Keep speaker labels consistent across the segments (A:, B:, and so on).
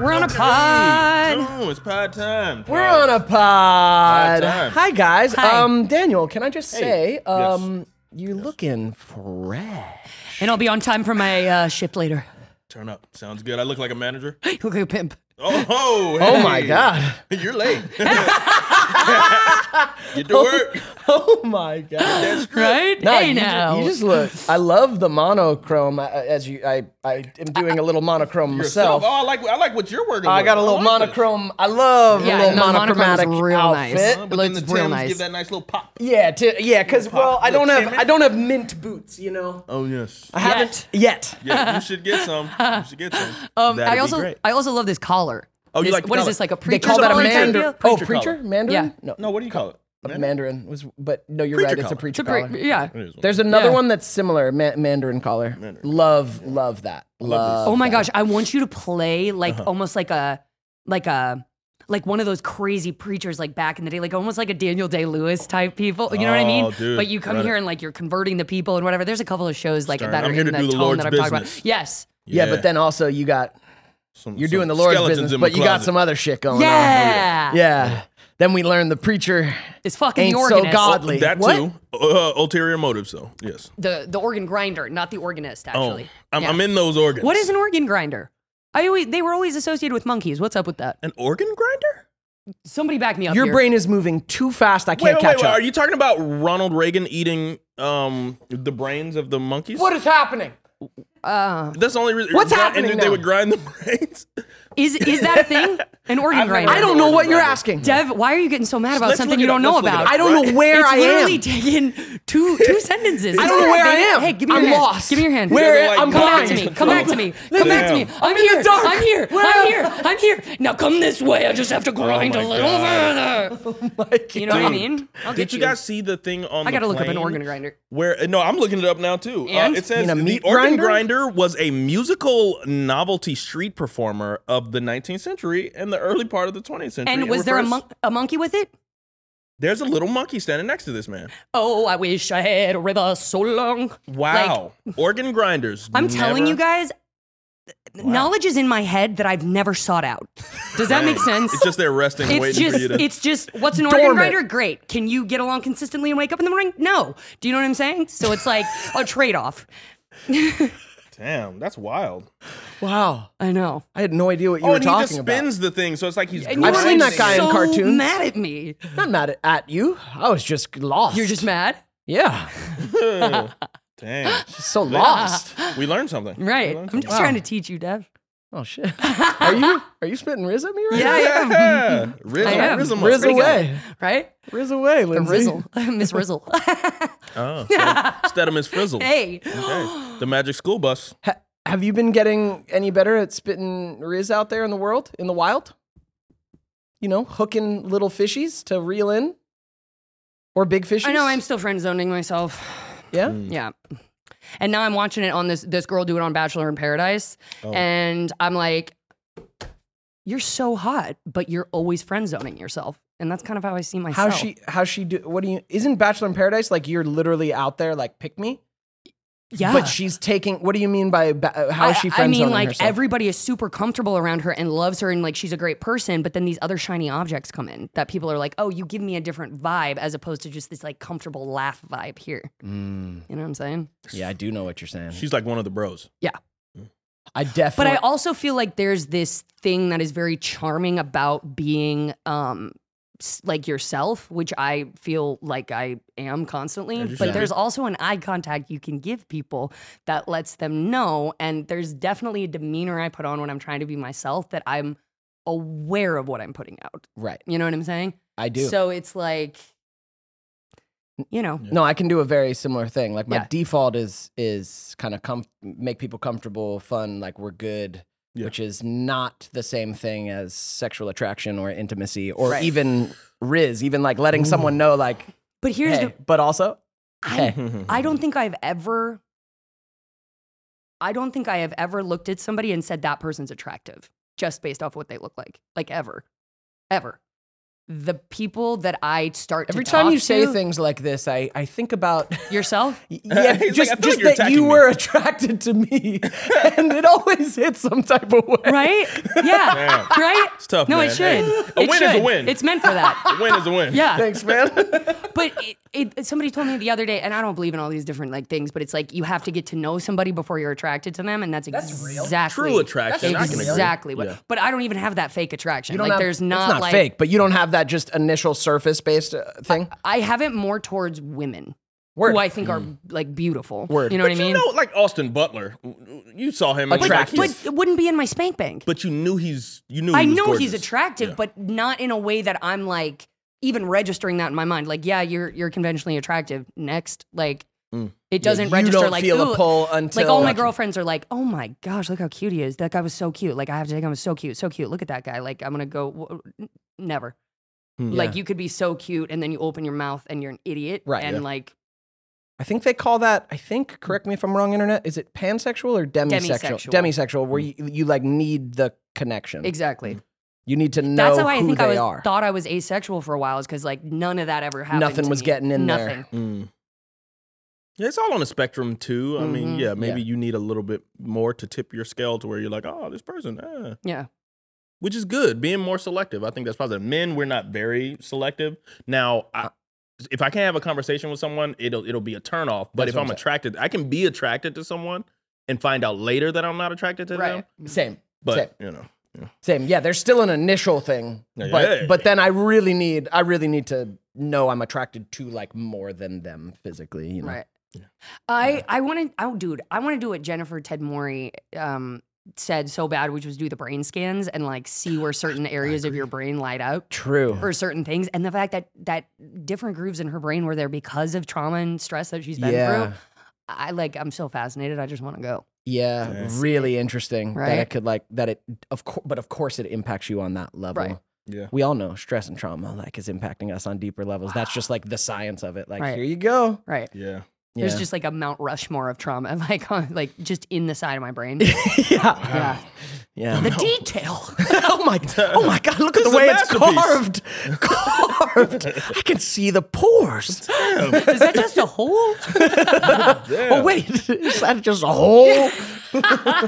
A: We're on a pod.
B: No, it's pod time.
A: We're on a pod.
B: time.
A: Hi guys.
C: Hi.
A: Um, Daniel, can I just say,
B: Hey.
A: um, you're looking fresh.
C: And I'll be on time for my uh, shift later.
B: Turn up. Sounds good. I look like a manager.
C: Okay, pimp.
B: Oh, oh,
A: Oh
B: hey.
A: my god.
B: You're late. Get to work.
A: Oh my god.
B: That's true.
C: Right?
A: No,
C: hey
A: you, ju-
C: now.
A: you just look. I love the monochrome. I, I- as you, I, I am doing a little monochrome
B: Yourself.
A: myself.
B: Oh, I like I like what you're working.
A: I
B: with.
A: got a little
B: like this.
A: monochrome. I love
C: Yeah,
A: a little
C: no, monochrome's
A: monochromatic
C: real
A: outfit.
C: nice.
B: Huh? But
C: Looks
B: then the
C: real
B: Tims
C: nice.
B: give that nice little pop.
A: Yeah, to, yeah, because well, I don't
B: little
A: have
B: timid.
A: I don't have mint boots, you know.
B: Oh yes.
A: I haven't yet.
B: Yeah, you should get some. You should get some.
C: um,
B: That'd
C: I
B: be
C: also
B: great.
C: I also love this collar.
B: Oh, you
C: This-
B: like the
C: what is
B: collar.
C: this like a
A: They
C: preacher
A: call that a
C: collar type
A: mandarin.
C: deal?
A: Oh,
B: Preacher
A: preacher,
B: collar.
A: mandarin.
C: Yeah.
A: No,
B: No, what do you call it?
A: Uh,
B: Man-
A: mandarin was, but no, you're
B: Preacher
A: right. It's a
B: collar.
A: preacher
C: It's a pre-
A: collar.
C: yeah.
B: It is one.
A: There's another
C: Yeah.
A: one that's similar, ma- mandarin collar. Love, love that. Love.
C: Oh my gosh, I want you to play
B: Uh-huh.
C: like almost like a like a like one of those crazy preachers like back in the day, like almost like a Daniel Day Lewis type people. You know what I
B: Oh,
C: mean?
B: dude,
C: but you come
B: right.
C: here and like you're converting the people and whatever. There's a couple of shows like
B: Stern.
C: that are
B: I'm here
C: in
B: to
C: that
B: do the
C: tone
B: Lord's
C: that I'm talking
B: business.
C: about. Yes.
A: Yeah, but then also you got
B: Some-
A: you're
B: some
A: doing the Lord's
B: skeletons
A: business,
B: in my
A: but you got
B: closet. Oh,
A: some other shit going
C: Yeah.
A: on. Yeah. Then we learned the preacher
C: It's fucking
A: ain't
C: the
A: so
C: organist.
A: godly.
B: That
A: What?
B: too. Uh, ulterior motives, though. Yes.
C: The the organ grinder, not the organist
B: Oh,
C: actually.
B: I'm,
C: Yeah.
B: I'm in those organs.
C: What is an organ grinder? I always they were always associated with monkeys. What's up with that?
B: an organ grinder?
C: Somebody back me up.
A: Your
C: here.
A: brain is moving too fast. I
B: Wait,
A: can't
B: wait,
A: catch
B: wait, wait.
A: up.
B: Are you talking about Ronald Reagan eating um the brains of the monkeys?
A: what is happening?
C: Uh,
B: That's the only reason.
A: What's
B: and
A: happening
B: They
A: now?
B: would grind the brains.
C: is is that a thing? An organ
B: I've never
C: grinder.
A: I don't know what you're asking.
C: Dev, why are you getting so mad about
B: Let's
C: something
B: look
C: you
B: it up.
C: don't know
B: Let's look it
C: about?
B: up.
A: I don't know where
C: it's
A: I
C: literally
A: am.
C: taken two two sentences.
A: I don't know where I am.
C: Hey, give me your
A: I'm
C: hand.
A: lost.
C: Give me your hand.
A: Where
B: Like
A: I'm
C: Come
A: blind.
C: back to me. Come back to me. Come back to me.
B: Damn.
C: I'm
A: in the
C: here.
A: dark.
C: I'm here.
A: Where-
C: I'm here. I'm here. Now come this way. I just have to grind
B: my
C: a little further.
A: Oh
C: You know what I
B: Dude,
C: mean? I'll
B: Did
C: get
B: you guys see the thing on?
C: I gotta
B: the
C: look up an
B: plane
C: organ grinder.
B: Where no, I'm looking it up now too.
C: And?
B: Uh, it says
A: mean a
B: the
A: meat
B: organ
A: grinder?
B: grinder was a musical novelty street performer of the 19th century and the early part of the 20th century.
C: And
B: It
C: was there a,
B: refers-
C: mon- a monkey with it?
B: There's a little monkey standing next to this man.
C: Oh, I wish I had a river so long.
B: Wow, organ grinders.
C: I'm telling
B: never-
C: you guys, th- knowledge is in my head that I've never sought out. Does that make sense?
B: It's just there resting,
C: It's
B: waiting
C: just,
B: for you to.
C: it's just, what's an organ
A: Dormant.
C: grinder? Great. Can you get along consistently and wake up in the morning? No. Do you know what I'm saying? So it's like a trade off.
B: Damn, that's wild.
A: Wow.
C: I know.
A: I had no idea what you
B: oh,
A: were
B: and he just
A: talking about.
B: spins the thing, so it's like he's.
C: And you
A: I've
C: were,
A: seen
C: like,
A: that guy in
C: so
A: cartoons.
C: mad at me.
A: Not mad at, at you. I was just lost.
C: You're just mad?
A: yeah.
B: grinding. Damn,
A: Just so lost.
B: we learned something. We
C: Right. I'm
B: learned
C: just
B: something.
C: trying to teach you, Dev.
A: Oh shit. Are you are you spitting Riz at me right now?
C: Yeah,
B: Yeah, Riz,
C: I am.
B: Riz,
A: Riz away.
C: Right?
A: Riz away, Lindsay.
C: Rizzle. Miss Rizzle.
B: Oh, instead of Miss Frizzle.
C: hey.
B: Okay. The Magic School Bus.
A: Ha- have you been getting any better at spitting Riz out there in the world, in the wild? You know, hooking little fishies to reel in? Or big fishies?
C: I know I'm still friend zoning myself.
A: Yeah?
C: Yeah. And now I'm watching it on this this girl do it on Bachelor in Paradise.
A: Oh.
C: And I'm like, you're so hot, but you're always friend zoning yourself. And that's kind of how I see myself.
A: How she how she do what do you isn't Bachelor in Paradise like you're literally out there like pick me?
C: yeah.
A: But she's taking what do you mean by ba- how is she
C: I, I
A: friend
C: mean,
A: zoning
C: like
A: herself?
C: everybody is super comfortable around her and loves her, and like she's a great person. But then these other shiny objects come in that people are like, "Oh, you give me a different vibe," as opposed to just this like comfortable laugh vibe here. You know what I'm saying?
A: yeah, I do know what you're saying.
B: She's like one of the bros.
A: I
C: But
A: definitely
C: I also feel like there's this thing that is very charming about being um s- like yourself, which I feel like I am constantly.
B: As you
C: but
B: should be.
C: there's also an eye contact you can give people that lets them know. And there's definitely a demeanor I put on when I'm trying to be myself that I'm aware of what I'm putting out.
A: right.
C: You know what I'm saying?
A: I do.
C: So it's like, you know,
A: No, I can do a very similar thing. Like my
C: Yeah.
A: default is is kind of com- make people comfortable, fun, like we're good,
B: Yeah.
A: which is not the same thing as sexual attraction or intimacy or
C: Right.
A: even riz, even like letting someone know like
C: but here's
A: hey,
C: the,
A: but also
C: I
A: hey.
C: I don't think I've ever I don't think I have ever looked at somebody and said that person's attractive just based off what they look like. Like ever. Ever. the people that I start to
A: Every time
C: talk
A: you say
C: to-
A: things like this, I, I think about
C: yourself,
A: yeah,
B: He's like,
A: just
B: "I feel like
A: just
B: you're
A: that
B: attacking
A: you
B: me."
A: were attracted to me, and it always hits some type of way.
C: right? Yeah, right. It's
B: tough,
C: No,
B: man.
C: it should.
B: Hey, a
C: It
B: win is a
C: should.
B: win.
C: It's meant for that.
B: A win is a win.
C: Yeah.
A: Thanks, man.
C: but it, it, somebody told me the other day, and I don't believe in all these different like things, but it's like you have to get to know somebody before you're attracted to them, and that's exactly
B: True attraction. I can agree.
C: Exactly. What,
B: Yeah.
C: But I don't even have that fake attraction.
A: You don't
C: Like
A: have-
C: there's not,
A: it's not
C: like
A: fake, but you don't have that just initial surface based uh, thing.
C: I have it more towards women
A: Word.
C: who I think are like beautiful.
A: Word.
C: You know what I
B: Mm. You
C: mean?
B: know, like Austin Butler, you saw him and you're like,
A: Attractive.
B: he's-
C: but it wouldn't be in my spank bank.
B: but you knew he's you knew. He
C: I
B: was
C: know
B: gorgeous.
C: he's attractive, but not in a way that I'm like even registering that in my mind. Like, yeah, you're you're conventionally attractive. Next, like
B: Mm.
C: it doesn't
A: you
C: register
A: don't
C: like
A: feel a
C: "Ooh,"
A: pull until
C: like all my girlfriends are like, oh my gosh, look how cute he is. That guy was so cute. Like I have to take him. So cute, so cute. Look at that guy. Like I'm gonna go. w- n- Never.
A: Hmm.
C: Like you could be so cute, and then you open your mouth and you're an idiot.
A: Right,
C: And
A: yeah.
C: like
A: I think they call that. I think. Correct me if I'm wrong. Internet is it pansexual or demisexual?
C: Demisexual.
A: Demisexual, where you, you like need the connection.
C: exactly.
A: you need to know
C: That's how I
A: who
C: think
A: they
C: I was
A: are.
C: thought I was asexual for a while is because like none of that ever happened.
A: Nothing
C: to
A: was
C: me.
A: getting in there.
C: Nothing.
B: Mm. Yeah, it's all on a spectrum too. I mean,
C: Mhm.
B: yeah, maybe you need a little bit more to tip your scale to where you're like, oh, this person, eh.
C: Yeah.
B: which is good. Being more selective, I think that's positive. Men, we're not very selective. Now, I, if I can't have a conversation with someone, it'll it'll be a turnoff. But
A: That's
B: if
A: what
B: I'm
A: I'm saying.
B: attracted, I can be attracted to someone and find out later that I'm not attracted to them.
C: Right.
A: Same. same.
B: But you know,
A: Same. Yeah, there's still an initial thing,
B: Yeah,
A: but
B: yeah, yeah,
A: but then I really need I really need to know I'm attracted to like more than them physically. You know?
C: Right. I I want to. Oh, dude, I want to do what Jennifer Ted Mori um, said so bad, which was do the brain scans and like see where certain areas of your brain light up
A: True.
C: for certain things, and the fact that that different grooves in her brain were there because of trauma and stress that she's been
A: Yeah.
C: through. I like. I'm so fascinated. I just want to go.
A: Yeah,
B: Yeah.
A: really interesting that it
C: Right?
A: could like that it of course, but of course it impacts you on that level.
C: Right.
B: yeah.
A: We all know stress and trauma like is impacting us on deeper levels. That's just like the science of it. Like
C: Right.
A: here you go.
C: Right.
B: Yeah.
A: Yeah.
C: There's just like a Mount Rushmore of trauma, like on, like just in the side of my brain.
A: yeah.
C: yeah.
A: Yeah.
C: The detail.
A: oh my Oh my god, look at
B: This is a
A: the way it's carved.
B: masterpiece.
A: carved. I can see the pores.
C: Is that just a hole?
A: Oh wait, is that just a hole?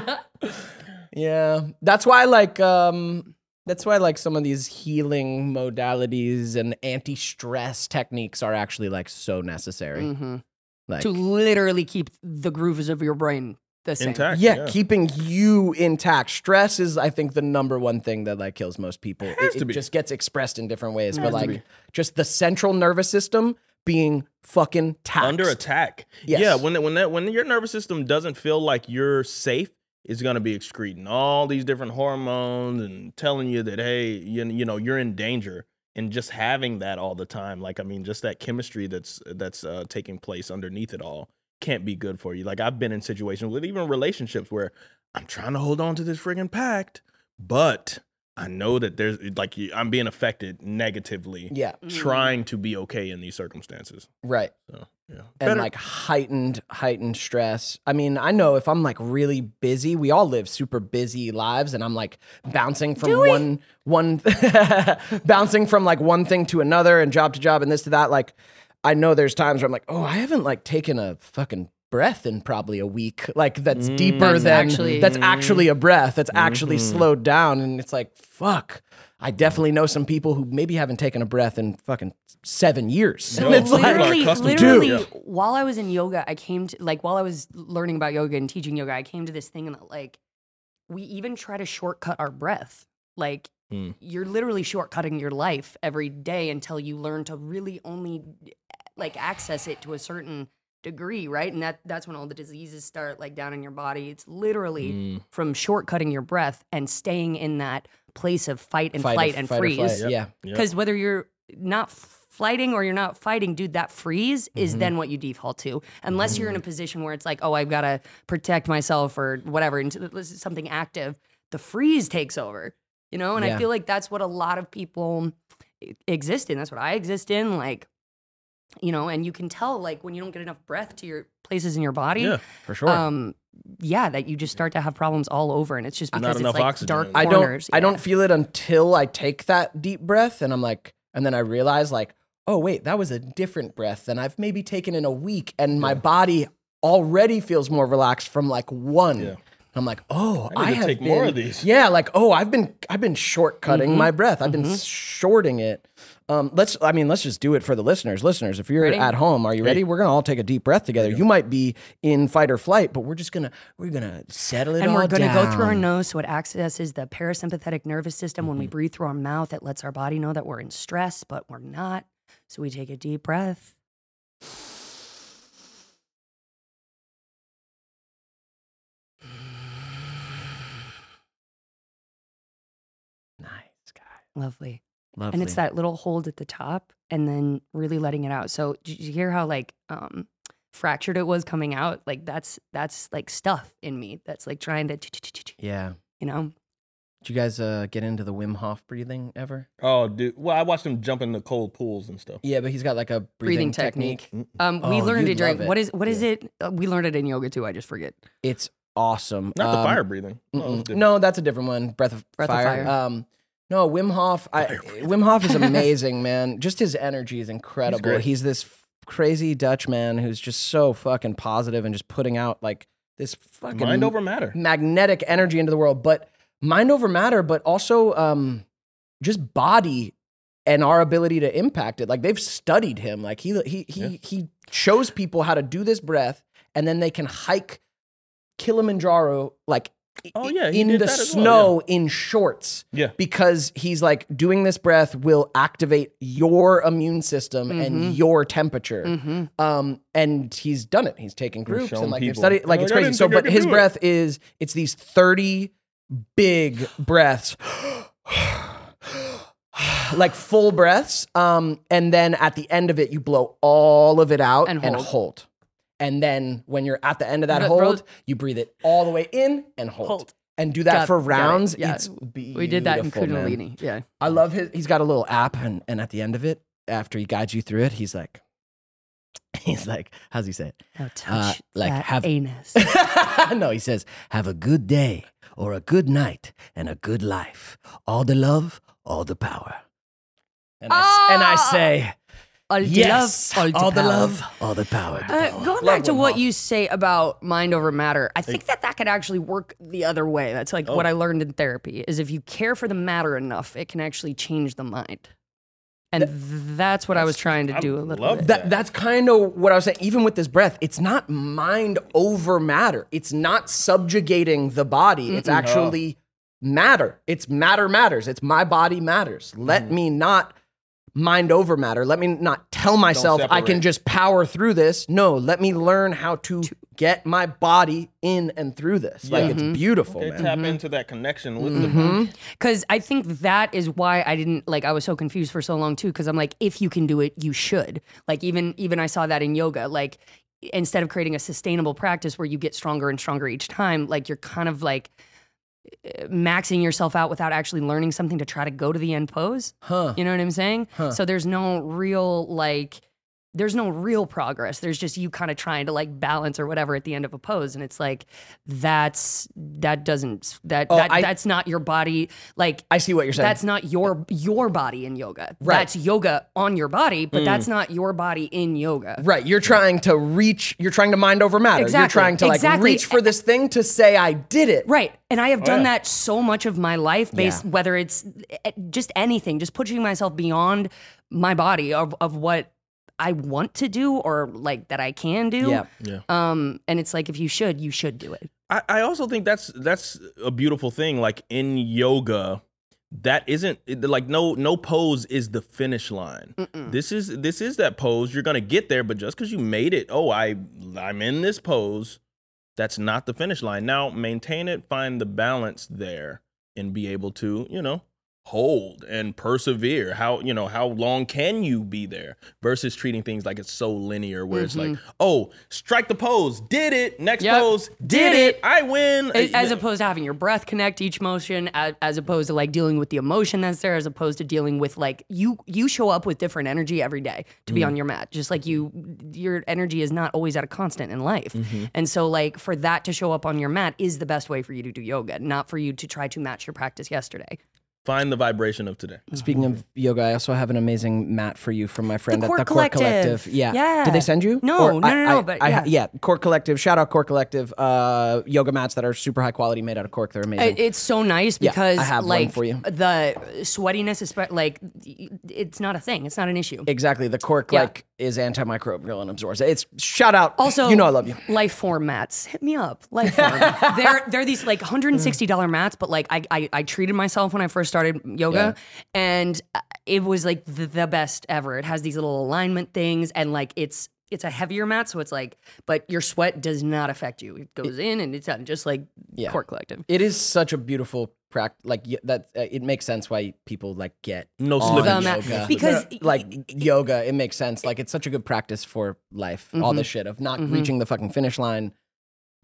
A: yeah, that's why like um, that's why like some of these healing modalities and anti-stress techniques are actually like so necessary.
C: Mhm.
A: Like,
C: To literally keep the grooves of your brain the same.
B: Intact.
A: yeah, keeping you intact. Stress is, I think, the number one thing that like kills most people.
B: Has
A: it
B: to
A: it
B: be.
A: just gets expressed in different ways, but
B: Has to
A: like
B: be.
A: just the central nervous system being fucking taxed.
B: under attack.
A: Yes.
B: Yeah, when when that when your nervous system doesn't feel like you're safe, it's gonna be excreting all these different hormones and telling you that hey, you, you know you're in danger. And just having that all the time, like I mean, just that chemistry that's that's uh, taking place underneath it all can't be good for you. Like I've been in situations with even relationships where I'm trying to hold on to this friggin' pact, but I know that there's like I'm being affected negatively.
A: Yeah,
B: Trying to be okay in these circumstances.
A: right.
B: So yeah,
A: and like heightened heightened stress. I mean, I know if I'm like really busy, we all live super busy lives and I'm like bouncing from one one bouncing from like one thing to another and job to job and this to that like I know there's times where I'm like, "Oh, I haven't like taken a fucking breath in probably a week." Like that's deeper
C: Mm, That's
A: than
C: actually- Mm-hmm.
A: that's actually a breath. That's actually slowed down and it's like, "Fuck." I definitely know some people who maybe haven't taken a breath in fucking 7 years.
B: No,
A: And it's
B: people are
A: like
C: literally,
B: accustomed to it.
C: literally,
B: Yeah.
C: while I was in yoga, I came to like while I was learning about yoga and teaching yoga, I came to this thing and like we even try to shortcut our breath. Like
B: Hmm.
C: you're literally shortcutting your life every day until you learn to really only like access it to a certain degree, right? And that that's when all the diseases start like down in your body. It's literally
A: Hmm.
B: Mm.
C: from shortcutting your breath and staying in that place of fight and
A: Fight or-
C: flight and
A: fight or
C: freeze.
A: flight, Yeah.
B: Yep.
C: Because whether you're not flighting or you're not fighting, dude, that freeze
B: Mm-hmm.
C: is then what you default to. Unless you're in a position where it's like, oh, I've got to protect myself or whatever, and this is something active, the freeze takes over, you know? And
A: Yeah.
C: I feel like that's what a lot of people e- exist in. That's what I exist in. Like, you know, and you can tell, like, when you don't get enough breath to your places in your body.
B: Yeah.
A: For sure.
C: Um, yeah, that you just start to have problems all over, and it's just
B: Not
C: because
B: enough
C: it's like
B: oxygen.
C: dark
A: I
C: corners.
A: don't I don't feel it until I take that deep breath and I'm like And then I realized, like, oh, wait, that was a different breath than I've maybe taken in a week. And my body already feels more relaxed from like one.
B: Yeah.
A: I'm like, oh,
B: I
A: I,
B: need to
A: have
B: take
A: been,
B: more of these.
A: Yeah, like, oh, I've been, I've been shortcutting
C: Mm-hmm.
A: my breath. I've been shorting it. Um, let's, I mean, let's just do it for the listeners. Listeners, if you're
C: Ready?
A: at home, are you ready? We're gonna all take a deep breath together. You might be in fight or flight, but we're just gonna, we're gonna settle it
C: and we're
A: all
C: going to go through our
A: down. Mm-hmm.
C: nose so it accesses the parasympathetic nervous system when we breathe through our mouth it lets our body know that we're in stress but we're not so we take a deep breath
A: Nice guy.
C: lovely
A: Lovely.
C: and it's that little hold at the top and then really letting it out so did you hear how like um fractured it was coming out like that's that's like stuff in me that's like trying to
A: Yeah.
C: you know
A: Did you guys uh, get into the Wim Hof breathing ever?
B: Oh, dude. Well, I watched him jump in the cold pools and stuff.
A: Yeah, but he's got like a
C: breathing
A: breathing, technique.
C: technique um we
A: Oh,
C: learned
A: you'd
C: it during
A: love it.
C: what is what is it uh, we learned it in yoga too i just forget
A: It's awesome.
B: Not the
A: Um,
B: fire Oh, breathing. No,
A: mm-mm.
B: it's different.
A: No, that's a different one. Breath of
C: Breath of
A: fire.
C: Fire.
A: Um, no, Wim Hof. I,
B: Fire
A: Wim Hof is amazing, man. Just his energy is incredible.
B: great.
A: He's, this f- crazy Dutch man who's just so fucking positive and just putting out like this fucking
B: mind over matter.
A: magnetic energy into the world, but mind over matter, but also um, just body and our ability to impact it. Like they've studied him. Like he he he
B: Yeah.
A: he shows people how to do this breath, and then they can hike Kilimanjaro like
B: Oh, yeah, he
A: in
B: did
A: the
B: that as well,
A: snow in shorts
B: Yeah.
A: because he's like doing this breath will activate your immune system and
C: Mhm.
A: your temperature
C: mm-hmm.
A: um, and he's done it. He's taken groups
B: showing
A: and like they've
B: people.
A: studied, like
B: They're
A: it's
B: like, "I
A: crazy.
B: didn't
A: So,
B: think I
A: but
B: could
A: his
B: do it."
A: breath is it's these thirty big breaths, like full breaths, um, and then at the end of it, you blow all of it out
C: And
A: and
C: hold.
A: hold. And then when you're at the end of that
C: The
A: hold,
C: road-
A: you breathe it all the way in and hold.
C: Hold.
A: And do that
C: Got-
A: for
C: got it.
A: rounds.
C: Yeah.
A: It's beautiful,
C: we did that in
A: man.
C: kundalini yeah
A: I love his. He's got a little app, and, and at the end of it, after he guides you through it, he's like, he's like, how's he say
C: Now touch
A: Uh, like,
C: that
A: have-
C: anus.
A: it? no, he says, have a good day or a good night and a good life. All the love, all the power. And I, s- and I
C: Ah!
A: say,
C: all the
A: yes,
C: love, all, the, power.
A: love, all the power.
C: Uh, going
A: Love
C: back to
A: Wim
C: what
A: Hof.
C: you say about mind over matter, I think that that could actually work the other way. That's like
A: Oh.
C: what I learned in therapy is if you care for the matter enough, it can actually change the mind. And that's what I was trying to
B: I
C: do a little
B: love
C: bit.
A: That, that's kind of what I was saying. Even with this breath, it's not mind over matter. It's not subjugating the body. It's actually matter. It's matter matters. It's my body matters. Let
C: Mm-hmm.
A: me not mind over matter. Let me not tell myself I can
B: separate.
A: just power through this. No, let me learn how to get my body in and through this. Like
C: Mm-hmm.
A: it's beautiful,
B: They
A: man.
B: tap into that connection with
A: Mm-hmm.
B: the
C: Because I think that is why I didn't like. I was so confused for so long too. Because I'm like, if you can do it, you should. Like even even I saw that in yoga. Like instead of creating a sustainable practice where you get stronger and stronger each time, like you're kind of like eh, maxing yourself out without actually learning something to try to go to the end pose.
A: Huh.
C: You know what I'm saying? So there's no real like there's no real progress. There's just you kind of trying to like balance or whatever at the end of a pose and it's like that's that doesn't that, that
A: Oh, I-
C: that's not your body like
A: I see what you're saying.
C: that's not your your body in yoga.
A: Right. Mm.
C: That's yoga on your body, but that's not your body in yoga.
A: Right, you're trying to reach. You're trying to mind over matter. You're
C: Exactly,
A: trying to like
C: exactly.
A: reach for this thing to say I did it.
C: Right. And I have done
B: yeah.
C: that so much of my life based
A: Oh, Yeah.
C: whether it's eh, just anything, just pushing myself beyond my body of, of what I want to do or like that I can do.
A: Yeah.
B: Yeah.
C: Um and it's like if you should, you should do it.
B: I, I also think that's that's a beautiful thing. Like in yoga, that isn't it- like no no pose is the finish line.
C: Hmm.
B: This is this is that pose. You're gonna get there, but just because you made it, oh, I I'm in this pose. That's not the finish line. Now maintain it, find the balance there, and be able to you know hold and persevere. How you know how long can you be there versus treating things like it's so linear, where it's like oh, strike the pose, did it, next
C: Yep.
B: pose, did,
C: Mm-hmm. Did
B: it.
C: it.
B: I win.
C: A- As
B: Uh,
C: opposed to having your breath connect each motion, as, as opposed to like dealing with the emotion that's there, as opposed to dealing with like you you show up with different energy every day to
A: Mm.
C: be on your mat. Just like you, your energy is not always at a constant in life,
A: Mm-hmm.
C: and so like for that to show up on your mat is the best way for you to do yoga, not for you to try to match your practice yesterday.
B: Find the vibration of today.
A: Speaking of yoga, I also have an amazing mat for you from my friend at
C: Core
A: the Core
C: Collective.
A: Collective. Yeah.
C: Yeah.
A: Did they send you?
C: No,
A: Or
C: no, no, no, but
A: I,
C: yeah.
A: yeah, Core Collective. Shout out Core Collective. Uh, yoga mats that are super high quality, made out of cork. They're amazing.
C: Uh, It- It's so nice
A: Oh. Yeah, I
C: because
A: have one
C: like
A: for you.
C: the sweatiness is spe- like it's not a thing. It's not an issue.
A: exactly. The cork
C: Yeah.
A: like is antimicrobial and absorbs. it. It's shout out.
C: also,
A: you know I love you.
C: Life form mats. Hit me up. Life form. they're they're these like
A: Mm.
C: $160 mats, but like I, I I treated myself when I first started yoga and uh, it was like the, the best ever. It has these little alignment things and like it's it's a heavier mat, so it's like, but your sweat does not affect you. It goes in and it's out, just like
A: Yeah.
C: core collective.
A: It is such a beautiful practice. Like y- that, uh, it makes sense why people like get
B: No
A: on
B: slippage.
C: The mat-
A: yoga.
C: Um, because-
A: like yoga, it makes sense. Like it's such a good practice for life. All
C: Mm-hmm.
A: this shit of not reaching the fucking finish line.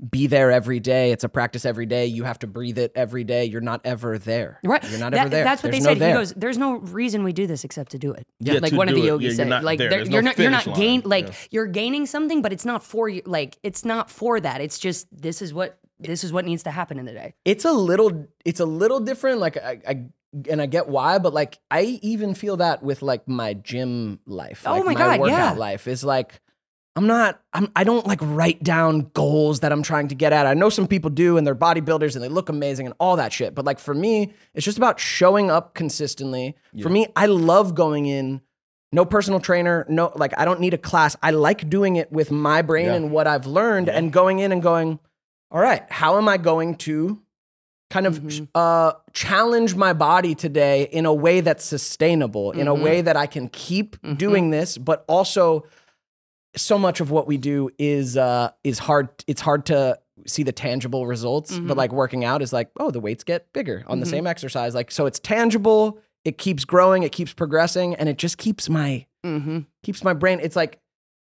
A: Be there every day. It's a practice every day. You have to breathe it every day. You're not ever there.
C: Right.
A: You're not
C: That-
A: ever there.
C: That's what
A: There's
C: they
A: no
C: said. He
A: there.
C: goes, "There's no reason we do this except to do it."
B: Yeah,
C: like
B: to
C: one of the
B: do it.
C: yogis
B: Yeah, you're
C: said,
B: not
C: like
B: there.
C: there-
B: There's
C: you're
B: no
C: not you're
B: finish
C: not gain
B: line.
C: like
B: Yeah.
C: you're gaining something, but it's not for you. Like it's not for that. It's just this is what this is what needs to happen in the day.
A: it's a little it's a little different like I, I and I get why, but like I even feel that with like my gym life.
C: Oh
A: like,
C: my God, yeah.
A: workout life is like I'm not I'm I don't like write down goals that I'm trying to get at. I know some people do and they're bodybuilders and they look amazing and all that shit. But like for me, it's just about showing up consistently. For me, I love going in no personal trainer, no like I don't need a class. I like doing it with my brain
B: Yeah.
A: and what I've learned and going in and going, all right, how am I going to kind of sh uh, challenge my body today in a way that's sustainable, in a way that I can keep doing this, but also so much of what we do is uh, is hard. It's hard to see the tangible results, but like working out is like, oh, the weights get bigger on the same exercise. Like so, it's tangible. It keeps growing. It keeps progressing, and it just keeps my
C: Mm-hmm.
A: keeps my brain. It's like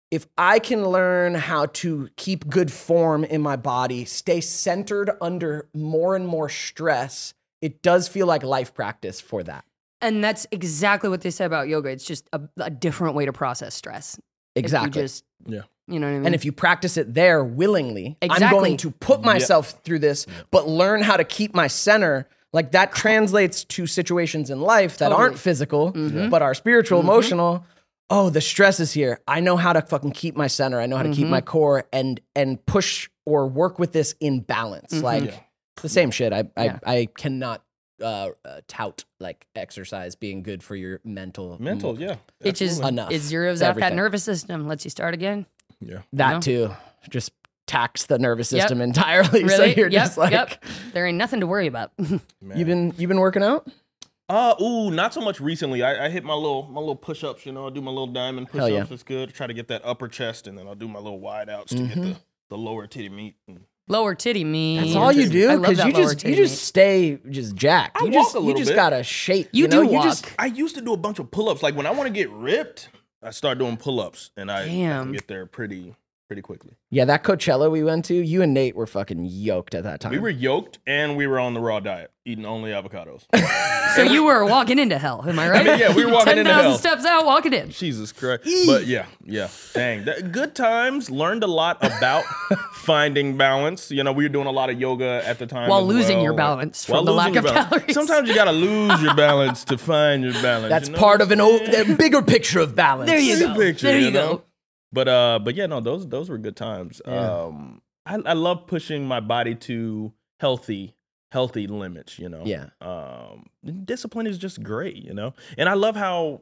A: if I can learn how to keep good form in my body, stay centered under more and more stress, it does feel like life practice for that.
C: And that's exactly what they said about yoga. It's just a, a different way to process stress. If you
A: Exactly.
C: just
B: Yeah.
C: You know what I mean?
A: and if you practice it there willingly, I'm
C: Exactly.
A: going to put myself through this, but learn how to keep my center. Like that translates to situations in life that aren't physical,
C: Mm-hmm.
A: but are spiritual, emotional. Oh, the stress is here. I know how to fucking keep my center. I know how to
C: Mm-hmm.
A: keep my core and and push or work with this in balance. Like it's the same shit. I I,
C: Mm-hmm. Yeah.
A: I cannot uh, uh, tout like exercise being good for your mental Mm.
B: Mental, yeah.
C: it just
B: absolutely.
A: enough.
C: it zeroes
A: It's
C: out that
A: everything.
C: nervous system, lets you start again.
B: yeah.
A: That
C: know?
A: too. Just tax the nervous
C: Yep.
A: system entirely. So
C: Really?
A: you're
C: Yep,
A: just like
C: yep. There ain't nothing to worry about.
B: Man.
A: you've been you've been working out?
B: Uh, ooh, not so much recently. I, I hit my little my little push ups. You know, I do my little diamond push
A: Hell
B: ups.
A: yeah.
B: It's good. Try to get that upper chest, and then I'll do my little wide outs
A: Mm-hmm.
B: to get the, the lower titty meat. And
C: lower titty mean.
A: That's all you
C: I
A: do
C: love
A: because
C: that
A: you
C: lower
A: just
C: titty
A: you just
C: meat.
A: stay just jacked.
B: I
A: you
B: walk
A: just
B: a
A: you
B: little
A: just
B: bit.
A: gotta shape.
C: You
A: You, know?
C: do
A: You
C: walk.
A: just
B: I used to do a bunch of pull ups. Like when I want to get ripped, I start doing pull ups, and I, I can
C: Damn.
B: get there pretty pretty quickly.
A: yeah. That Coachella we went to, you and Nate were fucking yoked at that time.
B: We were yoked, and we were on the raw diet, eating only avocados.
C: So you were walking into hell, am I right?
B: mean, yeah, we were walking into
C: 10,000
B: hell.
C: steps out, walking in.
B: Jesus Christ. But yeah, yeah. Dang. That, good times. Learned a lot about finding balance. You know, we were doing a lot of yoga at the time.
C: While
B: as
C: losing
B: well.
C: your balance
B: While
C: from the
B: losing
C: lack
B: your
C: of
B: balance.
C: calories.
B: Sometimes you got to lose your balance to find your balance.
A: That's
B: you know
A: part
B: what
A: of an
B: I'm
A: old,
B: saying?
A: a bigger picture of balance.
C: There you
B: Big
C: go.
B: picture,
C: there you,
B: you know?
C: go.
B: But uh, but yeah, no, those those were good times. Um, I, I love pushing my body to healthy healthy limits. You know.
A: Yeah.
B: Um, discipline is just great. You know, and I love how,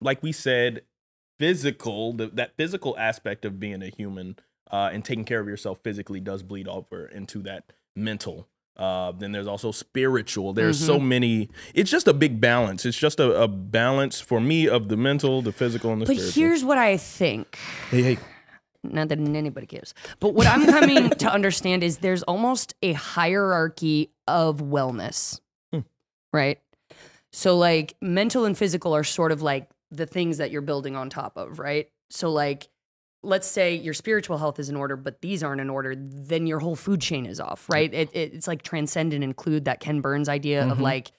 B: like we said, physical the, that physical aspect of being a human uh, and taking care of yourself physically does bleed over into that mental. Uh, then there's also spiritual. There's so
A: Mm-hmm.
B: many. It's just a big balance. It's just a, a balance for me of the mental, the physical, and the
C: But
B: spiritual.
C: here's what I think.
A: Hey, hey.
C: Not that anybody cares. But what I'm coming to understand is there's almost a hierarchy of wellness, right? So, like, mental and physical are sort of like the things that you're building on top of, right? So, like, let's say your spiritual health is in order, but these aren't in order, then
B: Mm-hmm.
C: your whole food chain is off, right? It, it, it's like transcend and include that Ken Burns idea of like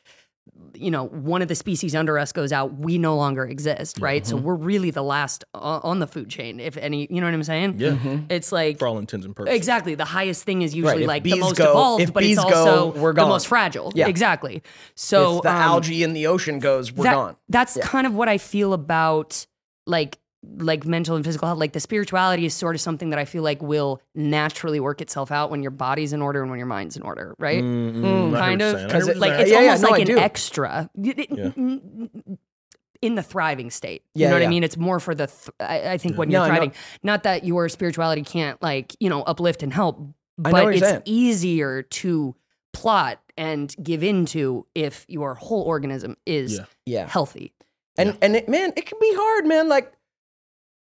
C: you know, one of the species under us goes out, we no longer exist, right?
B: mm-hmm.
C: So we're really the last o- on the food chain, if any. You know what I'm saying?
B: Yeah.
C: It's like
B: For all intents and purposes.
C: Exactly. The highest thing is usually
A: If
C: like the
A: bees
C: most
A: go-
C: evolved,
A: if
C: but it's
A: bees go,
C: also
A: we're
C: the
A: gone.
C: most fragile.
A: Yeah.
C: Exactly. So
A: If the
C: um,
A: algae in the ocean goes, we're
C: that-
A: gone.
C: That's kind of what I feel about like like mental and physical health. Like the spirituality is sort of something that I feel like will naturally work itself out when your body's in order and when your mind's in order, right?
B: Mm,
A: Mm,
B: I
C: kind
B: hear
C: of
B: what you're saying. I
A: Because
B: hear what
A: it-
C: Like
B: you're
A: Yeah,
C: it's
B: saying.
A: yeah,
C: almost
A: no, I
C: like
A: do.
C: an extra. In the thriving state, you
A: Yeah,
C: know what I
A: yeah.
C: mean. It's more for the. Th- I, I think when
A: No,
C: you're
A: I know.
C: thriving, not that your spirituality can't like you know uplift and help,
A: I know what
C: but
A: you're
C: it's
A: saying.
C: easier to plot and give into if your whole organism is
B: Yeah.
A: Yeah.
C: healthy.
A: and and it, man, it can be hard, man. Like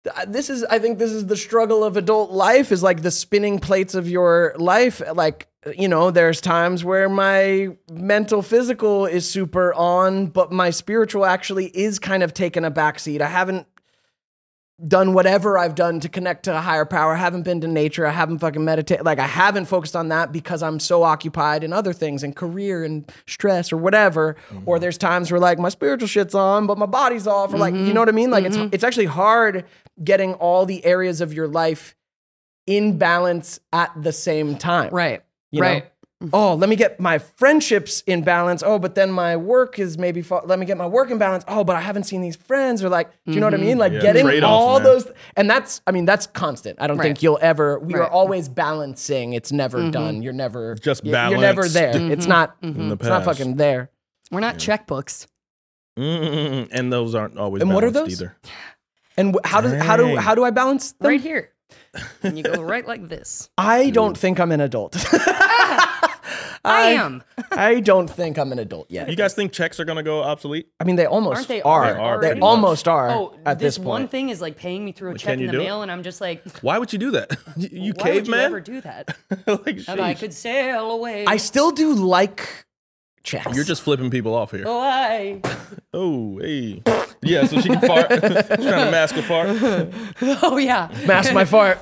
A: th- this is, I think this is the struggle of adult life is like the spinning plates of your life. Like uh, you know, there's times where my mental physical is super on, but my spiritual actually is kind of taking a backseat. I haven't done whatever I've done to connect to a higher power. I haven't been to nature. I haven't fucking meditated. Like I haven't focused on that because I'm so occupied in other things and career and stress or whatever. Or there's times where like my spiritual shit's on, but my body's off. Or like, you know what I mean? Like it's it's actually hard getting all the areas of your life in balance at the same time.
C: Right.
A: You
C: right.
A: Know? Oh, let me get my friendships in balance. Oh, but then my work is maybe. Fa- let me get my work in balance. Oh, but I haven't seen these friends. Or like, do you know what I
C: Mm-hmm.
A: mean? Like
B: Yeah.
A: getting
B: Trade-offs,
A: all
B: man.
A: those. And that's. I mean, that's constant. I don't think
C: Right.
A: you'll ever. We are
C: Right. Mm-hmm.
A: always balancing. It's never done. You're never
B: Just
A: you're- You're never
B: balanced.
A: there. It's not.
B: In the
A: It's not
B: past.
A: fucking there.
C: We're not checkbooks.
B: Mm, and those aren't always.
A: And what are
B: balanced
A: those?
B: Either.
A: And wh- how does how do
B: Dang.
A: how do I balance them?
C: Right here. And you go right like this.
A: I don't think I'm an adult.
C: I, am.
A: I don't think I'm an adult yet.
B: You guys think checks are gonna go obsolete?
A: I mean, they almost
C: Aren't they
A: are.
C: already-
B: They are
A: They
B: pretty much.
A: almost are
C: Oh,
A: at
C: this,
A: this, point.
C: one thing is like paying me through a check
B: can
C: in
B: you
C: the
B: do it?
C: mail, and I'm just like,
B: Why would you do that? You, you
C: why would you
B: caveman?
C: ever do that?
B: like,
C: And I
B: sheesh.
C: could sail away.
A: I still do like checks.
B: You're just flipping people off here.
C: away.
B: Oh, hey. Yeah, so she can fart. She's trying to mask a fart.
C: Oh yeah.
A: mask my fart.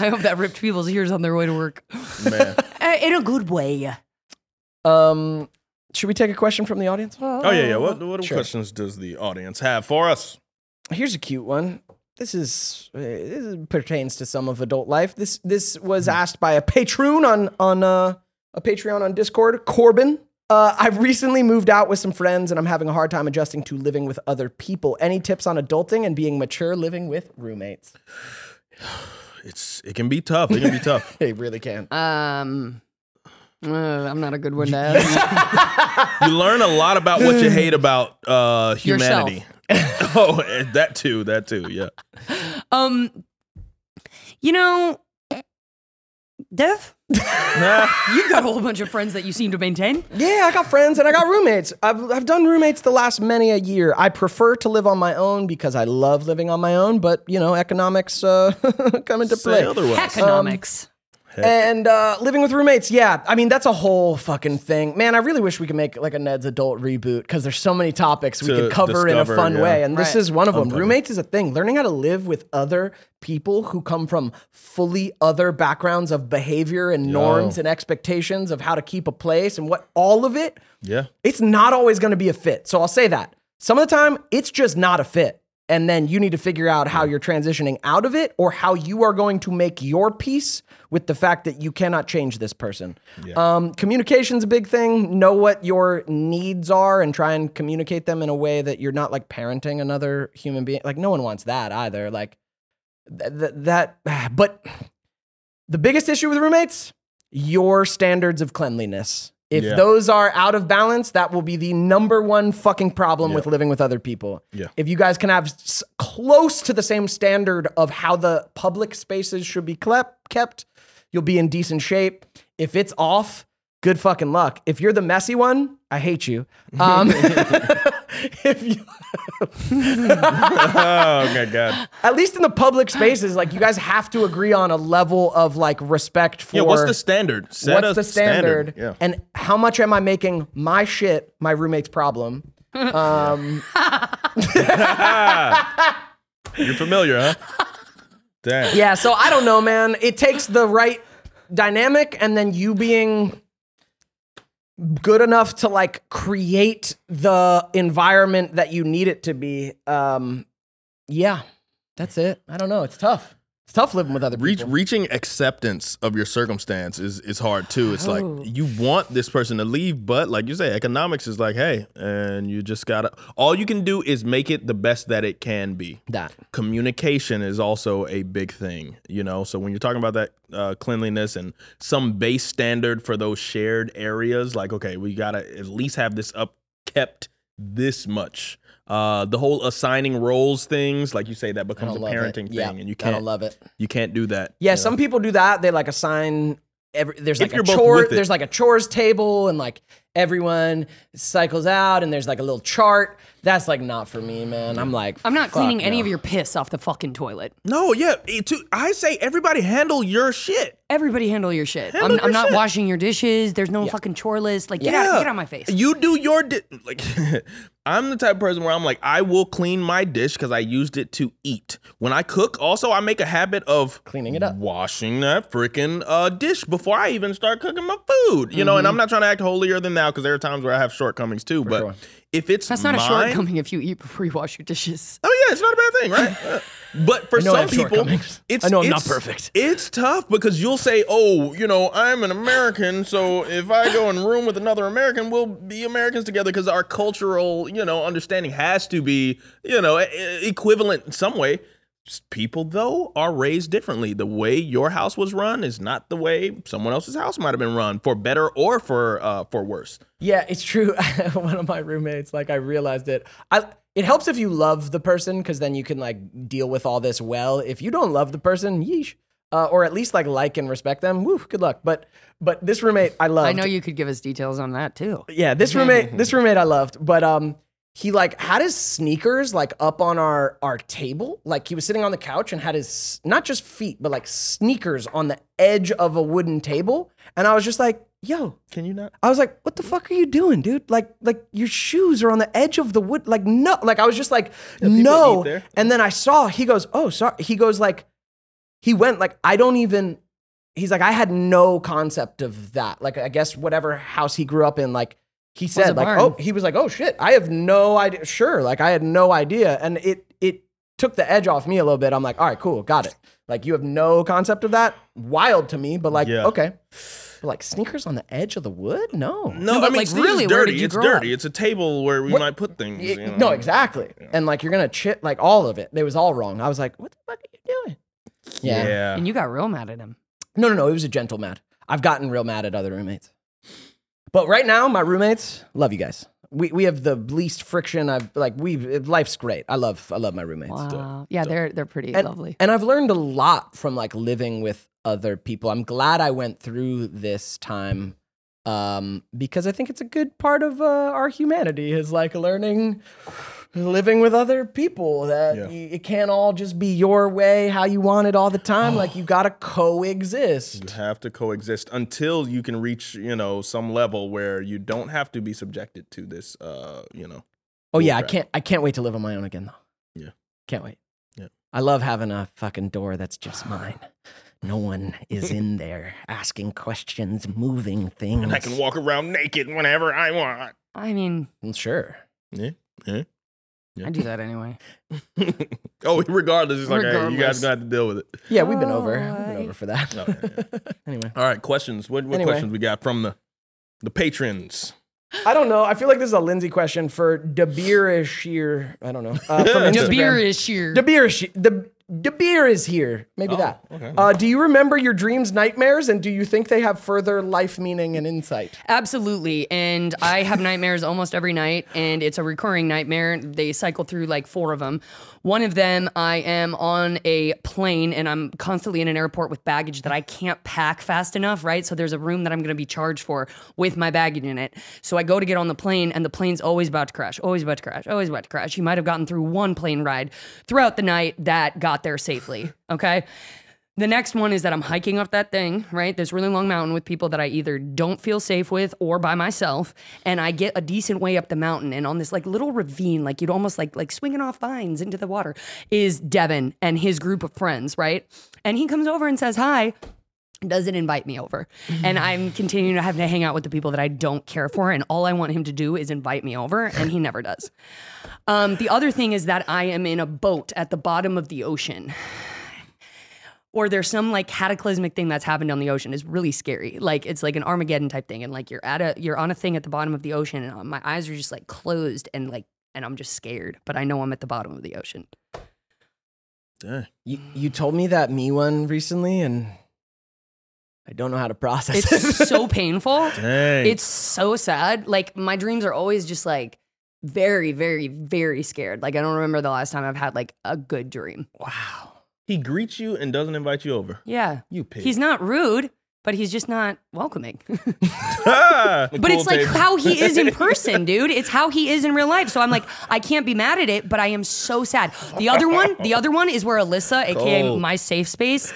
C: I hope that ripped people's ears on their way to work.
B: man.
C: Uh, in a good way.
A: Um, should we take a question from the audience?
B: Oh yeah, yeah. What, what questions does the audience have for us?
A: Here's a cute one. This is uh, this pertains to some of adult life. This this was asked by a patron on on uh, a Patreon on Discord, Corbin. Uh, I've recently moved out with some friends, and I'm having a hard time adjusting to living with other people. Any tips on adulting and being mature living with roommates?
B: It's it can be tough. It can be tough.
A: They really can.
C: Um. uh, I'm not a good one to ask.
B: You learn a lot about what you hate about uh,
C: Yourself.
B: humanity. oh, eh, that too. That too. Yeah.
C: um, you know, Dev,
B: Nah.
C: You've got a whole bunch of friends that you seem to maintain.
A: Yeah, I got friends and I got roommates. I've, I've done roommates the last many a year. I prefer to live on my own because I love living on my own, but you know, economics uh, come into play.
B: Say otherwise.
C: Economics.
A: And uh, living with roommates, yeah. I mean, that's a whole fucking thing. Man, I really wish we could make like a Ned's adult reboot because there's so many topics we
B: To
A: could cover in a
B: discover,
A: fun
B: yeah.
A: way. And this
C: Right.
A: is one of them. Roommates is a thing. Learning how to live with other people who come from fully other backgrounds of behavior and norms and expectations of how to keep a place and what all of it
B: yeah.
A: it's not always going to be a fit. So I'll say that. Some of the time, it's just not a fit. And then you need to figure out how you're transitioning out of it or how you are going to make your peace with the fact that you cannot change this person. Um, communication's a big thing. Know what your needs are and try and communicate them in a way that you're not like parenting another human being. Like, no one wants that either. Like, th- th- that, but the biggest issue with roommates, your standards of cleanliness. If
B: Yeah.
A: those are out of balance, that will be the number one fucking problem with living with other people.
B: Yeah.
A: If you guys can have s- close to the same standard of how the public spaces should be clep- kept, you'll be in decent shape. If it's off, good fucking luck. If you're the messy one, I hate you. Um, if you
B: Oh my God.
A: at least in the public spaces, like you guys have to agree on a level of like respect for
B: Yeah. What's the standard? Set
A: what's
B: a
A: the standard,
B: Yeah.
A: and how much am I making my shit my roommate's problem?
B: You're familiar, huh? Damn.
A: Yeah, so I don't know, man. It takes the right dynamic and then you being good enough to like create the environment that you need it to be. Um, yeah, that's it. I don't know. It's tough. It's tough living with other
B: Reach,
A: people.
B: reaching acceptance of your circumstance is, is hard too. It's
C: Oh.
B: like you want this person to leave, but like you say, economics is like, hey, and you just gotta. All you can do is make it the best that it can be.
A: that
B: communication is also a big thing you know so when you're talking about that uh, cleanliness and some base standard for those shared areas like okay we gotta at least have this up kept this much uh, the whole assigning roles things like you say that
A: I
B: becomes
A: don't
B: a
A: love it.
B: parenting thing
A: Yeah,
B: and you
A: I
B: can't
A: don't love it.
B: you can't do that
A: Yeah,
B: you know?
A: some people do that. They like assign every there's
B: If
A: like a
B: you're both
A: chore
B: with it.
A: there's like a chores table and like everyone cycles out and there's like a little chart. That's like not for me, man. I'm like
C: I'm not
A: fuck
C: cleaning any
A: no.
C: of your piss off the fucking toilet.
B: no yeah it too, i say everybody handle your shit
C: Everybody handle your shit.
B: Handle
C: I'm, I'm
B: your
C: not
B: shit.
C: washing your dishes. There's no fucking chore list. Like, get out, get out of my face.
B: You do your di- like. I'm the type of person where I'm like, I will clean my dish because I used it to eat. When I cook, also I make a habit of
A: Cleaning it up.
B: washing that freaking uh, dish before I even start cooking my food. You
A: Mm-hmm.
B: know, and I'm not trying to act holier than thou because there are times where I have shortcomings too. but
A: sure.
B: if it's
C: That's not
B: mine,
C: a shortcoming if you eat before you wash your dishes.
B: Oh yeah, it's not a bad thing, right? Yeah. but for
A: know I
B: some
A: have
B: people,
A: shortcomings.
B: it's
A: I know I'm not
B: it's-
A: perfect.
B: It's tough because you'll say, "Oh, you know, I'm an American, so if I go in a room with another American, we'll be Americans together because our cultural, you know, understanding has to be, you know, e- e- equivalent in some way." S- People though are raised differently. The way your house was run is not the way someone else's house might have been run, for better or for uh, for worse.
A: Yeah, it's true. One of my roommates, like I realized it. I it helps if you love the person because then you can like deal with all this well. If you don't love the person, yeesh. Uh, or at least like like and respect them. Woo, good luck. But but this roommate I love.
C: I know you could give us details on that too.
A: yeah, this roommate, this roommate I loved, but um, he like had his sneakers like up on our our table, like he was sitting on the couch and had his not just feet but like sneakers on the edge of a wooden table, and I was just like, yo.
B: Can you not?
A: I was like, "What the fuck are you doing, dude? Like, like your shoes are on the edge of the wood. Like, no. Like, I was just like,
B: eat
A: no.
B: there.
A: And then I saw. He goes, "Oh, sorry." He goes like, he went like, I don't even. He's like, I had no concept of that. Like, I guess whatever house he grew up in, like he
C: a
A: said, like,
C: barn.
A: oh, he was like, oh shit, I have no idea. Sure, like I had no idea, and it it took the edge off me a little bit. I'm like, all right, cool, got it. Like you have no concept of that. Wild to me, but like,
B: Yeah.
A: okay. But like sneakers on the edge of the wood? No.
B: No, I
C: but,
B: mean,
C: like,
B: it's dirty.
C: really, where did you
B: it's
C: grow up?
B: dirty. It's a table where we
A: What-
B: might put things.
A: Y-
B: you know?
A: No, exactly. And like you're gonna chit like all of it. It was all wrong. I was like, what the fuck are you doing? Yeah.
B: Yeah.
C: And you got real mad at him.
A: No, no, no. It was a gentle mad. I've gotten real mad at other roommates. But right now, my roommates love you guys. We we have the least friction. I've like we life's great. I love I love my roommates.
C: Wow. Yeah, they're they're pretty
A: And-
C: lovely.
A: And I've learned a lot from like living with other people. I'm glad I went through this time um, because I think it's a good part of uh, our humanity is like learning living with other people that
B: Yeah.
A: y- it can't all just be your way, how you want it all the time. like you gotta coexist.
B: You have to coexist until you can reach, you know, some level where you don't have to be subjected to this, uh, you know.
A: Oh yeah, I
B: Bullcrap.
A: can't I can't wait to live on my own again though.
B: Yeah.
A: Can't wait.
B: Yeah.
A: I love having a fucking door that's just mine. No one is in there asking questions, moving things.
B: And I can walk around naked whenever I want.
C: I mean,
A: Sure.
C: I do that anyway.
B: oh, regardless, it's like, hey, you
C: Regardless.
B: guys gonna have to deal with it.
A: Yeah, we've been over. We've been over for that.
B: Oh, yeah,
A: anyway,
B: All right, questions. What, what
A: Anyway.
B: questions we got from the the patrons?
A: I don't know. I feel like this is a Lindsay question for Dabir is here. I don't know. Uh, from
C: The
A: Instagram.
C: beer is sheer.
A: Dabir is the Dabir is here. Maybe that.
B: okay.
A: Uh, do you remember your dreams, nightmares, and do you think they have further life meaning and insight?
C: Absolutely. And I have nightmares almost every night, and it's a recurring nightmare. They cycle through like four of them. One of them, I am on a plane and I'm constantly in an airport with baggage that I can't pack fast enough, right? So there's a room that I'm going to be charged for with my baggage in it. So I go to get on the plane, and the plane's always about to crash, always about to crash, always about to crash. You might have gotten through one plane ride throughout the night that got there safely, okay? The next one is that I'm hiking up that thing, right? This really long mountain with people that I either don't feel safe with or by myself, and I get a decent way up the mountain and on this like little ravine, like you'd almost like like swinging off vines into the water, is Devin and his group of friends, right? And he comes over and says hi, doesn't invite me over. And I'm continuing to have to hang out with the people that I don't care for. And all I want him to do is invite me over. And he never does. Um, the other thing is that I am in a boat at the bottom of the ocean. Or there's some like cataclysmic thing that's happened on the ocean is really scary. Like it's like an Armageddon type thing, and like you're at a you're on a thing at the bottom of the ocean, and uh, my eyes are just like closed and like and I'm just scared, but I know I'm at the bottom of the ocean.
B: Dang.
A: You, you told me that me one recently, and I don't know how to process
C: It's
A: it.
C: so painful.
B: Dang.
C: It's so sad. Like my dreams are always just like very, very, very scared. Like I don't remember the last time I've had like a good dream.
A: wow.
B: he greets you and doesn't invite you over.
C: Yeah.
B: You pig.
C: He's not rude, but he's just not welcoming.
B: Ah!
C: but it's
B: Cool
C: like
B: pig.
C: how he is in person, dude. It's how he is in real life. So I'm like, I can't be mad at it, but I am so sad. The other one, the other one is where Alyssa, aka
B: Cold.
C: my safe space,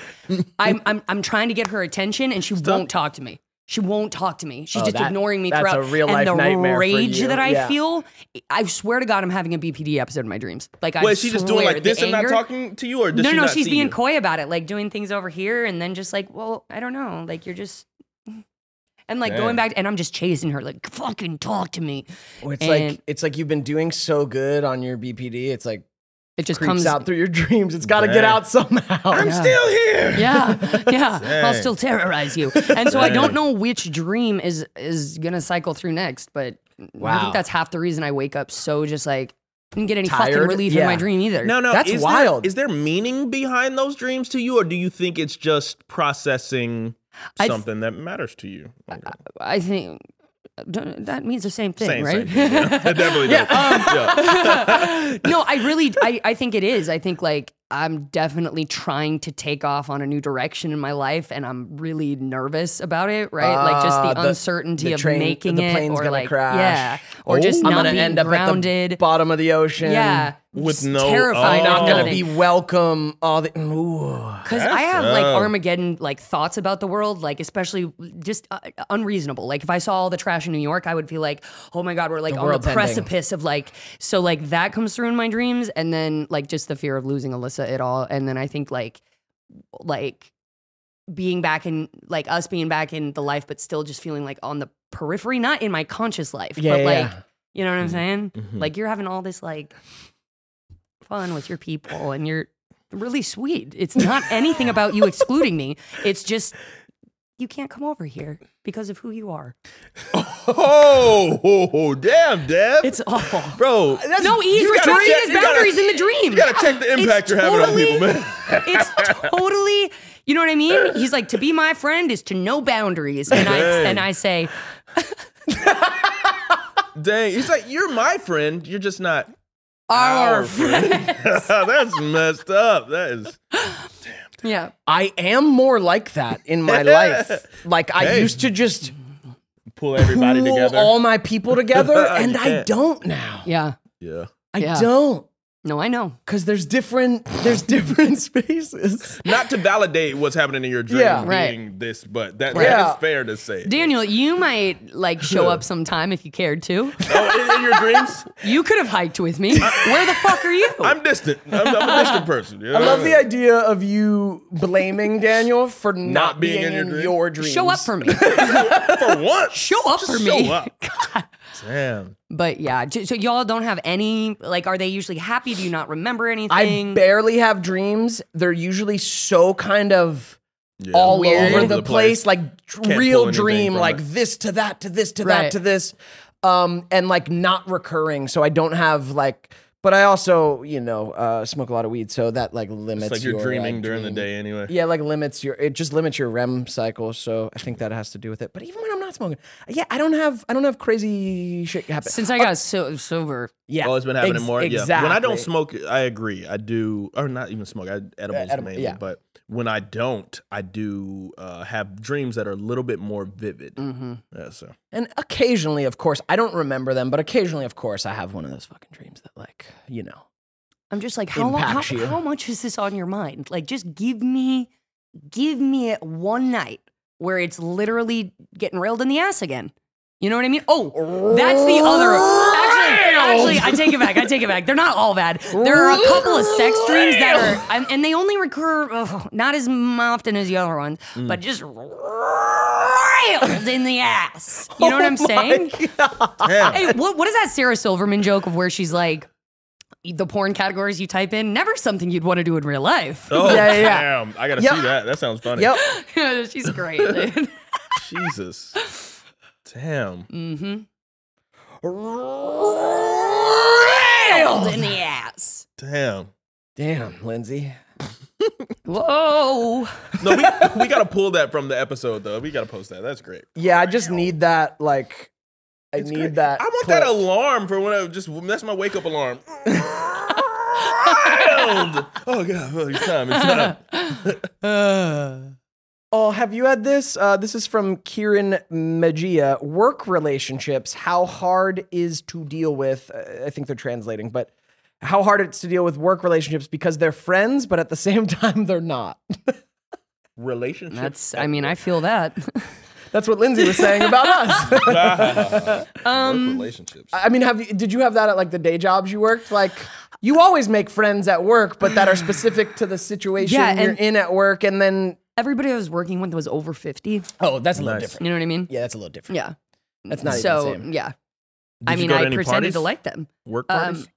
C: I'm, I'm I'm trying to get her attention and she won't talk to me. She won't talk to me. She's
A: Oh,
C: just
A: that-
C: ignoring me
A: that's a
C: throughout.
A: real life
C: and the
A: nightmare for
C: rage
A: you.
C: that I
A: Yeah.
C: feel, I swear to God, I'm having a BPD episode in my dreams. Like, I
B: Wait, is she just doing
C: swear,
B: like
C: the
B: this and not
C: anger-
B: talking to you, or does
C: no,
B: she
C: no,
B: not
C: she's
B: see
C: being
B: you?
C: coy about it, like doing things over here, and then just like, well, I don't know, like you're just, and like
B: Dang.
C: going back, and I'm just chasing her, like fucking talk to me.
A: Well, It's
C: And-
A: like it's like you've been doing so good on your BPD. It's like
C: It just
A: creeps
C: comes
A: out through your dreams. It's got to get
B: Dang.
A: out somehow.
B: I'm
C: Yeah.
B: still here.
C: Yeah, yeah. I'll
B: Dang.
C: still terrorize you, and so I
B: Dang.
C: don't know which dream is is gonna cycle through next, but I
A: Wow.
C: think that's half the reason I wake up so just like didn't get any fucking
A: Tired?
C: relief
A: Yeah.
C: in my dream either.
B: No, no,
A: That's
B: is there-
A: wild.
B: Is there meaning behind those dreams to you, or do you think it's just processing
C: I th- Uh,
B: something that matters to you? Okay.
C: I think uh, don't- that means the same thing,
B: Same,
C: right? um,
B: same. thing, yeah. It definitely does. Yeah.
C: no, I really, I, I think it is. I think like I'm definitely trying to take off on a new direction in my life, and I'm really nervous about it. Right, like just
A: Ah,
C: the,
A: the-
C: uncertainty
A: the
C: of
A: train-
C: making
A: the
C: it,
A: plane's
C: or
A: gonna
C: like
A: crash. Oh,
C: yeah, or just
A: I'm
C: not
A: gonna
C: being
A: end up at the
C: grounded.
A: bottom of the ocean.
C: yeah,
B: With
C: just
B: no-
C: terrified.
B: oh.
A: I'm not
B: Oh.
A: gonna be welcome. All the ooh.
C: Because I
B: That's
C: have like
B: rough.
C: Armageddon like thoughts about the world, like especially just uh, unreasonable. Like if I saw all the trash in New York, I would feel like, oh my god, we're like on the
A: world's ending.
C: precipice of like. So like that comes through in my dreams, and then like just the fear of losing Alyssa at all, and then I think like, like being back in like us being back in the life, but still just feeling like on the periphery, not in my conscious life,
A: Yeah,
C: but
A: yeah,
C: like
A: yeah.
C: you know what I'm saying?
B: Mhm.
C: Like you're having all this like fun with your people and you're really sweet. It's not anything about you excluding me. It's just you can't come over here because of who you are.
B: Oh, oh, oh, damn, Deb.
C: It's uh, awful.
B: bro.
C: no, he's
B: you gotta
C: respecting
B: check-
C: his
B: you gotta-
C: boundaries in the dream.
B: you gotta check the impact you're having on people, man.
C: it's totally, you know what I mean? He's like, to be my friend is to know boundaries. And I
B: Dang.
C: and I say,
B: Dang, he's like, you're my friend. You're just not
C: our friend.
B: That's messed up. That is.
C: Yeah.
A: I am more like that in my life. Like I
B: Hey.
A: used to just
B: Pull everybody
A: pool
B: together.
A: all my people together, and
B: You
A: I
B: can't.
A: don't now.
C: Yeah.
B: yeah.
A: I
C: Yeah.
A: don't
C: No, I know.
A: because there's different there's different spaces.
B: Not to validate what's happening in your dream
A: Yeah.
C: Right.
B: being this, but that,
A: Yeah.
B: that is fair to say.
C: Daniel, you might like show up sometime if you cared to.
B: Oh, in, in your dreams,
C: You could have hiked with me. Where the fuck are you?
B: I'm distant. I'm, I'm a distant person.
A: I love the idea of you blaming Daniel for not, being, in, your,
B: dream.
A: dreams.
C: show up for me.
B: For once.
C: Show up
B: Just
C: for me.
B: Show up. Damn.
C: But yeah, j- so y'all don't have any like are they usually happy? Do you not remember
A: I
C: anything?
A: barely have dreams. They're usually so kind of all
C: Weird.
A: over the place, like tr-
B: pull
A: real
B: anything
A: dream,
B: from
A: like
B: it.
A: this to that to this to that
C: Right.
A: to this, um, and like not recurring. So I don't have like, but I also you know uh, smoke a lot of weed, so that like limits.
B: It's like you're
A: your,
B: dreaming
A: like,
B: during
A: dream.
B: the day anyway.
A: Yeah, like limits your it just limits your REM cycle. So I think that has to do with it. But even when I'm not smoking, yeah, I don't have I don't have crazy shit happen.
C: Since I got so sober.
A: yeah,
B: Oh, it's been happening
A: ex-
B: more.
A: Exactly.
B: Yeah. When I don't smoke, I agree. I do, or not even smoke. I edibles
A: edible,
B: mainly,
A: yeah.
B: but when I don't, I do uh, have dreams that are a little bit more vivid.
A: Mm-hmm.
B: Yeah, so
A: and occasionally, of course, I don't remember them, but occasionally, of course, I have one of those fucking dreams that, like, you know,
C: I'm just like, how long how,
A: Impacts you.
C: how much is this on your mind? Like just give me give me it one night where it's literally getting railed in the ass again. You know what I mean? Oh, that's the other. Actually, I Actually, I take it back. I take it back. They're not all bad. There are a couple of sex dreams that are, and- and they only recur ugh, not as m- often as the other ones,
A: Mm.
C: but just railed in the ass. You know what I'm
A: Oh
C: saying?
B: Damn.
C: Hey, what, what is that Sarah Silverman joke of where she's like, the porn categories you type in, never something you'd want to do in real life.
B: Oh,
A: Yeah, yeah, yeah.
B: damn. I gotta
A: Yep.
B: see that. That sounds funny.
A: Yep.
C: She's great. Dude.
B: Jesus. Damn.
C: mm-hmm.
A: Railed.
C: in the ass.
B: Damn.
A: Damn, Lindsay.
C: Whoa.
B: No, we, we gotta pull that from the episode though. We gotta post that. That's great.
A: Yeah, I just need that. Like, I
B: It's
A: need
B: great.
A: that.
B: I want
A: clip.
B: that alarm for when I just that's my wake up alarm. Wild! oh god, oh, it's time. It's time.
A: Oh, have you had this? Uh, this is from Kieran Magia. Work relationships, how hard is to deal with? uh, I think they're translating, but how hard it's to deal with work relationships because they're friends, but at the same time, they're not.
B: Relationship.
C: That's, I mean, I feel that.
A: That's what Lindsay was saying about us.
B: um, relationships.
A: I mean, have you, did you have that at like the day jobs you worked? Like, you always make friends at work, but that are specific to the situation
C: Yeah,
A: you're
C: and-
A: in at work, and then
C: Everybody I was working with was over 50. You
A: oh, that's a little
B: Nice.
A: different.
C: know what I mean?
A: Yeah, that's a little different.
C: Yeah.
A: That's not even
C: so,
A: the same.
C: yeah.
B: Did
C: I
B: you
C: mean,
B: go to
C: I
B: any
C: pretended to
B: parties?
C: like them.
B: work
C: um,
B: parties.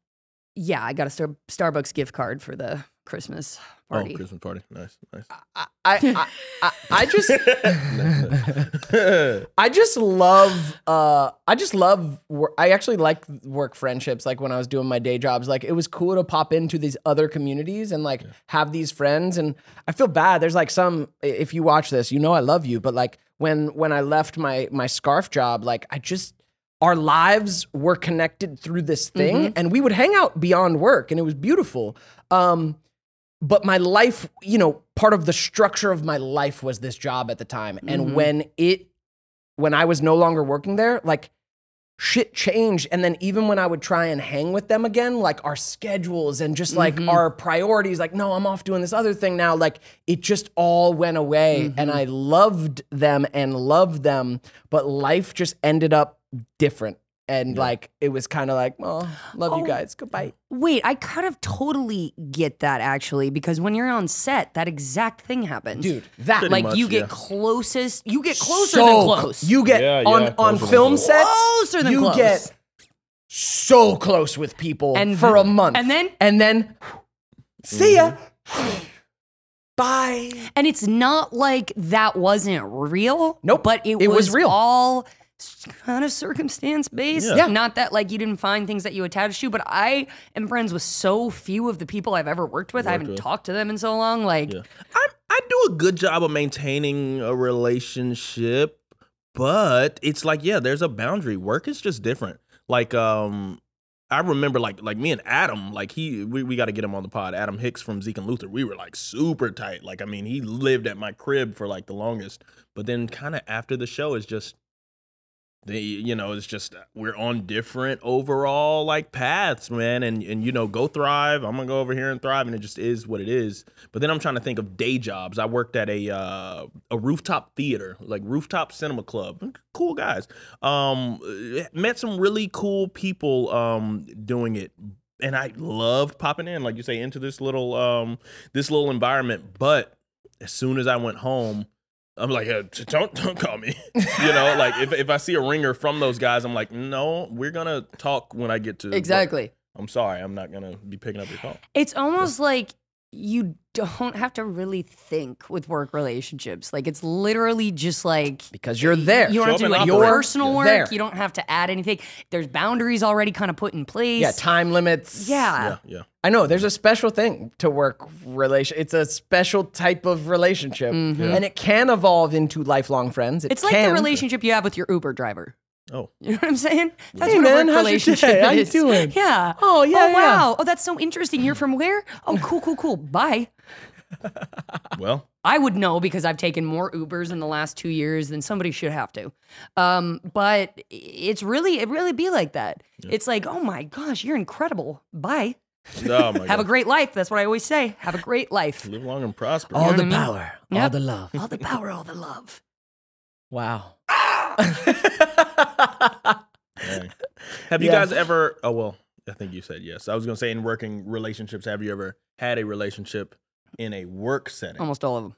C: Yeah, I got a Star- Starbucks gift card for the Christmas party.
B: Oh, Christmas party. Nice, nice.
A: I, I, I, I just.
B: Nice.
A: I just love uh I just love work. I actually like work friendships like when I was doing my day jobs like it was cool to pop into these other communities and like have these friends and I feel bad there's like some i- if you watch this you know I love you but like when when I left my my scarf job like I just our lives were connected through this thing and we would hang out beyond work and it was beautiful um but my life, you know, part of the structure of my life was this job at the time. And
C: Mhm.
A: when it, when I was no longer working there, like shit changed. And then even when I would try and hang with them again, like our schedules and just like
C: Mhm.
A: our priorities, like, no, I'm off doing this other thing now. Like it just all went away. And I loved them and loved them, but life just ended up different. And like it was kind of like, oh, love you
C: Oh.
A: guys. Goodbye.
C: Wait, I kind of totally get that actually, because when you're on set, that exact thing happens.
A: Dude, that
C: like
B: much,
C: you get
B: yeah.
C: closest, you get closer
A: so
C: than
A: cl-
C: close.
A: You get
B: Yeah,
A: on
B: yeah,
A: on
B: closer than
A: film
B: close.
A: sets.
C: Closer than
A: you
C: close.
A: get so close with people
C: And-
A: for a month,
C: and then- Mm-hmm.
A: and then see ya, bye.
C: And it's not like that wasn't real.
A: Nope,
C: But it,
A: it was real.
C: all kind of circumstance based.
B: Yeah. Yeah.
C: Not that like you didn't find things that you attached to, but I am friends with so few of the people I've ever worked with. I haven't
B: with.
C: talked to them in so long. Like,
B: Yeah. I I do a good job of maintaining a relationship, but it's like yeah, there's a boundary. Work is just different. Like um I remember like like me and Adam, like he we, we gotta get him on the pod. Adam Hicks from Zeke and Luther. We were like super tight. Like I mean, he lived at my crib for like the longest. But then kinda after the show is just the you know, it's just we're on different overall like paths, man. And and you know, go thrive. I'm gonna go over here and thrive, and it just is what it is. But then I'm trying to think of day jobs. I worked at a uh, a rooftop theater, like rooftop cinema club. Cool guys. Um, eh, met some really cool people um, doing it, and I loved popping in, like you say, into this little um, this little environment. But as soon as I went home, I'm like, uh, t- don't don't call me. you know, like if if I see a ringer from those guys, I'm like, no, we're gonna talk when I get to work.
C: exactly.
B: I'm sorry, I'm not gonna be picking up your call.
C: It's almost like you don't have to really think with work relationships. Like, it's literally just like
A: Because you're there.
C: You don't
B: Show
C: have to
B: up
C: do
B: and
C: any
B: operate.
C: personal
A: You're
C: work.
A: there.
C: You don't have to add anything. There's boundaries already kind of put in place.
A: yeah, time limits.
C: Yeah.
B: Yeah, yeah.
A: I know. There's a special thing to work relation. It's a special type of relationship, and it can evolve into lifelong friends. It
C: Mm-hmm. It's like the
A: can.
C: relationship you have with your Uber driver.
B: Oh,
C: You know what I'm saying? That's
A: Hey,
C: what
A: man,
C: a work
A: how's your
C: relationship
A: day?
C: is.
A: How you doing?
C: Yeah.
A: Oh, yeah,
C: Oh
A: yeah.
C: wow. Oh, that's so interesting. You're from where? Oh, cool, cool, cool. Bye.
B: well,
C: I would know because I've taken more Ubers in the last two years than somebody should have to. Um, but it's really, it really be like that. It's like, oh my gosh, you're incredible. Bye.
B: oh my
C: Have a
B: God.
C: great life. That's what I always say. Have a great life.
B: live long and prosper.
A: all
C: know
A: the
C: what I mean?
A: power, all
C: Yep.
A: the love.
C: all the power, all the love.
A: Wow.
B: thing. Have you
A: Yeah.
B: guys ever? Oh well, I think you said yes. I was gonna say in working relationships, have you ever had a relationship in a work setting?
C: Almost all of them.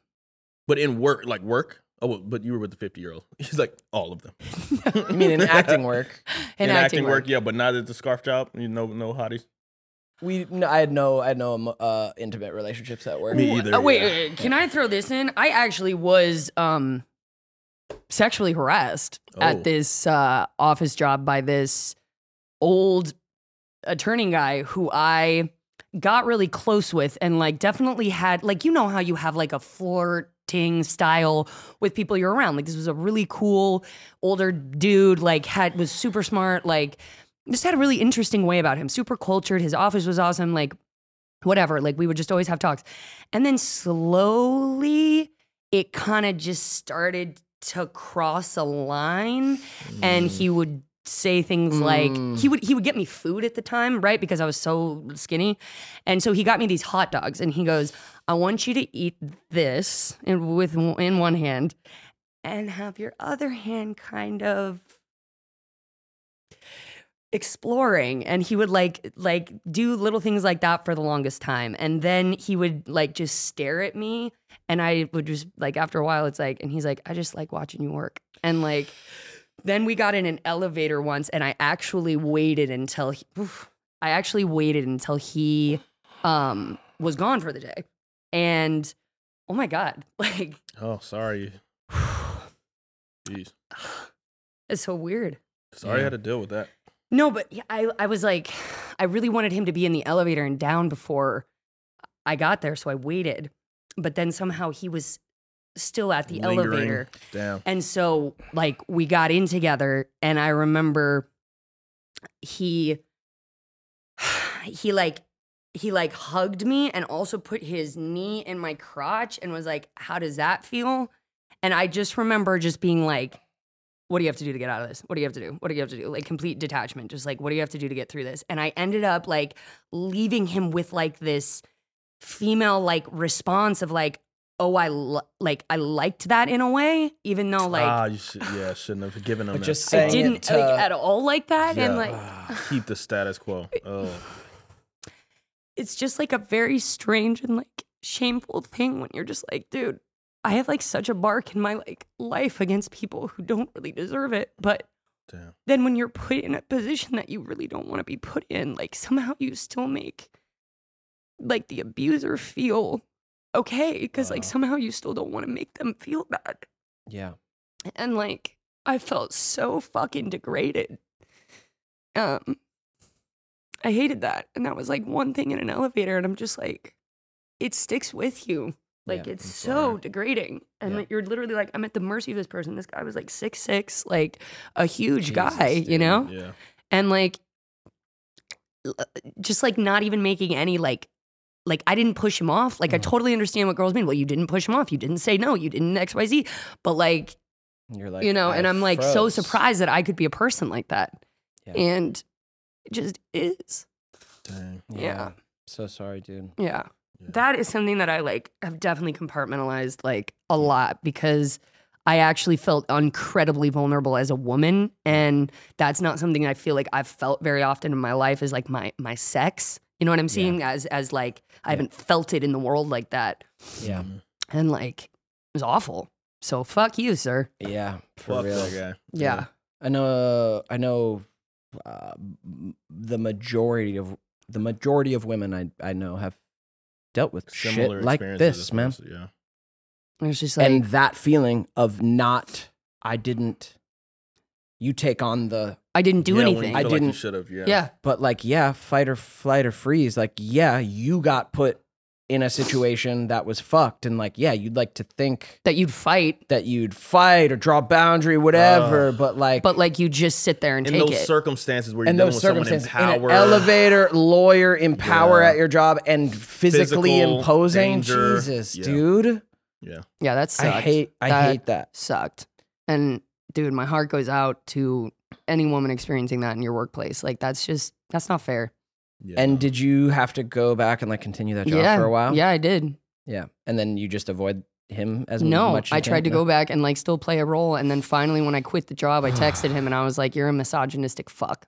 B: But in work, like work. Oh, well, but you were with the fifty-year-old. He's like all of them.
A: You mean in acting work?
B: In, acting, work, yeah, but not at the scarf job. You know, no hotties.
A: We no, I had no I had no um, uh, intimate relationships at work.
B: Me
C: Wha-
B: either,
C: oh, wait,
B: yeah.
C: wait, wait, can I throw this in? I actually was um sexually harassed
B: Oh.
C: at this uh, office job by this old attorney guy who I got really close with and like definitely had like you know how you have like a flirting style with people you're around like this was a really cool older dude like had was super smart like just had a really interesting way about him super cultured his office was awesome like whatever. Like we would just always have talks. And then slowly it kind of just started to cross a line and he would say things like he would he would get me food at the time, right? Because I was so skinny. And so he got me these hot dogs and he goes, "I want you to eat this and with in one hand and have your other hand kind of exploring and he would like like do little things like that for the longest time and then he would like just stare at me and i would just like after a while it's like and he's like i just like watching you work and like then we got in an elevator once and i actually waited until he, oof. i actually waited until he um was gone for the day and oh my god like
B: Oh, sorry. Jeez,
C: it's so weird
B: sorry I had to deal with that.
C: No, but yeah, I, I was like, I really wanted him to be in the elevator and down before I got there, so I waited. But then somehow he was still at the
B: Lingering.
C: elevator.
B: Damn.
C: And so, like, we got in together, and I remember he, he like, he like hugged me and also put his knee in my crotch and was like, How does that feel? And I just remember just being like, What do you have to do to get out of this? What do you have to do? What do you have to do? Like, complete detachment. Just like, What do you have to do to get through this? And I ended up like leaving him with like this female like response of like, Oh, I lo- like I liked that in a way, even though like
B: ah, you should, yeah, shouldn't have given him
A: But
B: that.
A: just
C: I
A: saying it
C: didn't
A: to-
C: like at all like that,
B: Yeah.
C: and like
B: Ah, keep the status quo. Oh,
C: it's just like a very strange and like shameful thing when you're just like, dude, I have like such a mark in my like life against people who don't really deserve it. But
B: damn.
C: then when you're put in a position that you really don't want to be put in, like somehow you still make like the abuser feel okay because like
B: Wow.
C: somehow you still don't want to make them feel bad.
A: yeah.
C: And like I felt so fucking degraded. Um I hated that. And that was like one thing in an elevator and I'm just like it sticks with you. Like
A: Yeah,
C: it's
B: I'm
C: so
B: sorry.
C: degrading. And
A: Yeah.
C: like, you're literally like I'm at the mercy of this person. This guy was like 6'6", like a huge
A: Jesus,
C: guy, you
A: dude.
C: know?
B: Yeah.
C: and like l- uh, just like not even making any like like I didn't push him off. Like I
A: Mhm.
C: totally understand what girls mean. Well, you didn't push him off. You didn't say no. You didn't X Y Z. But like
A: You're like
C: you know,
A: I
C: and I'm like so
A: froze.
C: surprised that I could be a person like that,
A: Yeah.
C: and it just is.
B: Dang.
A: Yeah.
C: yeah.
A: So sorry, dude.
C: Yeah.
B: Yeah.
C: That is something that I like have definitely compartmentalized like a lot because I actually felt incredibly vulnerable as a woman and that's not something I feel like I've felt very often in my life is like my my sex. You know what I'm seeing as as like I
A: Yeah.
C: haven't felt it in the world like that
A: Yeah.
B: Mhm.
C: and like it was awful. So fuck you, sir.
A: Yeah. For
B: Fuck
A: real.
B: that guy.
C: Yeah.
A: I know. Uh, I know. Uh, m- the majority of the majority of women I I know have dealt with
B: Similar
A: shit like
B: experiences
A: this,
B: as
A: man.
B: well, Yeah.
C: It was just like
A: and that feeling of not, I didn't. You take on the,
C: I didn't do
B: Yeah, when you
C: anything.
B: feel
A: I
B: like you
A: didn't-
B: should have. Yeah.
C: yeah.
A: but like, yeah, fight or flight or freeze. Like, yeah, you got put in a situation that was fucked, and like, yeah, you'd like to think
C: That you'd fight,
A: that you'd fight or draw boundary, whatever.
B: Ugh.
A: but like,
C: but like you just sit there and
B: In
C: take
B: those
C: it.
B: circumstances where you're
A: and
B: dealing
A: those
B: with someone in
A: circumstances in an
B: power,
A: elevator lawyer in power
B: Yeah.
A: at your job and physically
B: Physical
A: imposing
B: danger.
A: jesus
B: Yeah.
A: dude
C: yeah, that sucked.
A: i hate i
C: That-
A: hate that
C: sucked. And dude, my heart goes out to any woman experiencing that in your workplace. Like that's just that's not fair.
B: yeah.
A: and did you have to go back and like continue that job for a while
C: Yeah, I did.
A: yeah and then you just avoid him as
C: No,
A: much?
C: I tried to go back and like still play a role, and then finally, when I quit the job, I texted him and I was like, "You're a misogynistic fuck.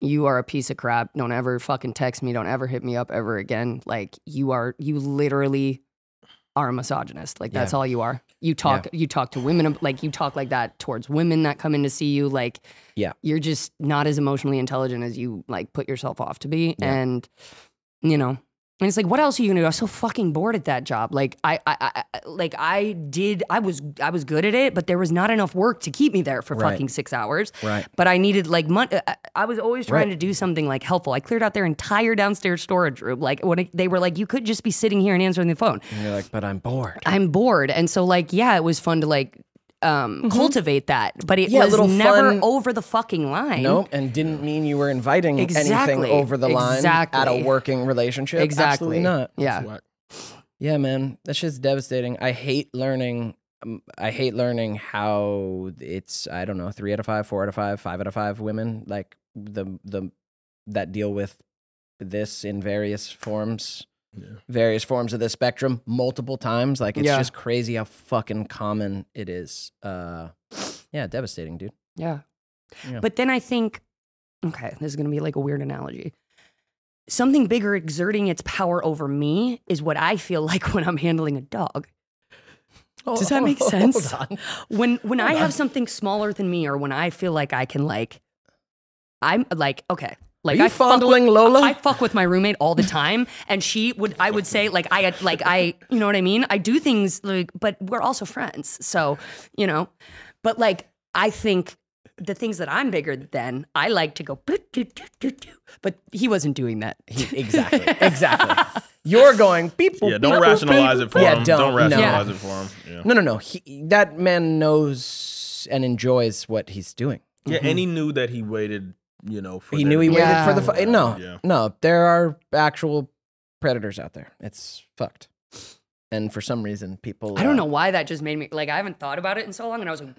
C: You are a piece of crap. Don't ever fucking text me. Don't ever hit me up ever again. Like you are, you literally are a misogynist. Like that's all you are. You talk, you talk to women ab- like you talk like that towards women that come in to see you. Like
A: Yeah.
C: you're just not as emotionally intelligent as you like put yourself off to be,
A: Yeah.
C: and you know." And it's like, what else are you gonna do? I was so fucking bored at that job. Like I, I, I- I like I did, I was, I was good at it, but there was not enough work to keep me there for
A: Right.
C: fucking six hours.
A: Right.
C: But I needed like money. I was always trying
A: Right.
C: to do something like helpful. I cleared out their entire downstairs storage room. Like when it, they were like, you could just be sitting here and answering the phone.
A: And you're like, but I'm bored.
C: I'm bored, and so like, yeah, it was fun to like um cultivate that, but it
A: Mm-hmm. Yeah,
C: was
A: little
C: never
A: fun-
C: over the fucking line.
A: Nope, and didn't mean you were inviting
C: Exactly.
A: anything over the line at
C: Exactly.
A: a working relationship.
C: exactly.
A: Absolutely not.
C: Yeah.
B: Whack.
A: Yeah, man, that shit's devastating. I hate learning. Um, I hate learning how it's. I don't know, three out of five, four out of five, five out of five women like the the that deal with this in various forms,
B: Yeah.
A: various forms of the spectrum, multiple times. Like it's
C: Yeah.
A: just crazy how fucking common it is. Uh, yeah, devastating, dude.
C: Yeah.
A: Yeah.
C: But then I think, okay, this is going to be like a weird analogy. Something bigger exerting its power over me is what I feel like when I'm handling a dog. Does that make sense?
A: Hold on.
C: When when I
A: Hold
C: have
A: on.
C: something smaller than me, or when I feel like I can like, I'm like okay, like
A: Are you
C: I fuck with-
A: fondling Lola?
C: I fuck with my roommate all the time, and she would. I would say like I like I, you know what I mean. I do things like, but we're also friends, so you know. But like, I think the things that I'm bigger than, I like to go. "Boop, doo, doo, doo, doo." But he wasn't doing that.
A: exactly. Exactly. You're going beep. boop,
B: Yeah, don't
A: beep, boop,
B: rationalize
A: beep,
B: it for
A: yeah,
B: him.
A: Don't,
B: Don't,
A: no.
B: rationalize it for him. Yeah.
A: No, no, no. He, that man knows and enjoys what he's doing.
B: Yeah, and he knew that he waited, you know, for
A: Mm-hmm. he
B: there
A: knew
B: to
A: he
B: be-
A: waited
C: Yeah.
A: for the fu- no,
B: Yeah.
A: no. There are actual predators out there. It's fucked, and for some reason, people.
C: I don't
A: uh,
C: know why that just made me like I haven't thought about it in so long, and I was like,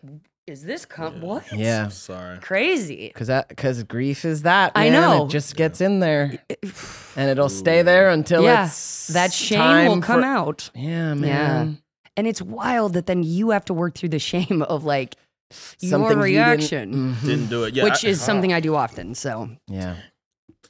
C: is this com-
B: Yeah.
C: what?
A: Yeah,
B: Sorry.
C: crazy.
A: because that because grief is that.
C: I
A: man.
C: know.
A: It just gets in there, and it'll stay there until
C: Yeah,
A: it's
C: That shame
A: time
C: will come
A: for-
C: out.
A: Yeah, man.
C: And it's wild that then you have to work through the shame of like your
A: Something you didn't-
C: reaction.
A: Mhm.
B: Didn't do it. Yeah,
C: which
B: I-
C: is
B: ah.
C: something I do often. So
B: Yeah,
A: Yeah.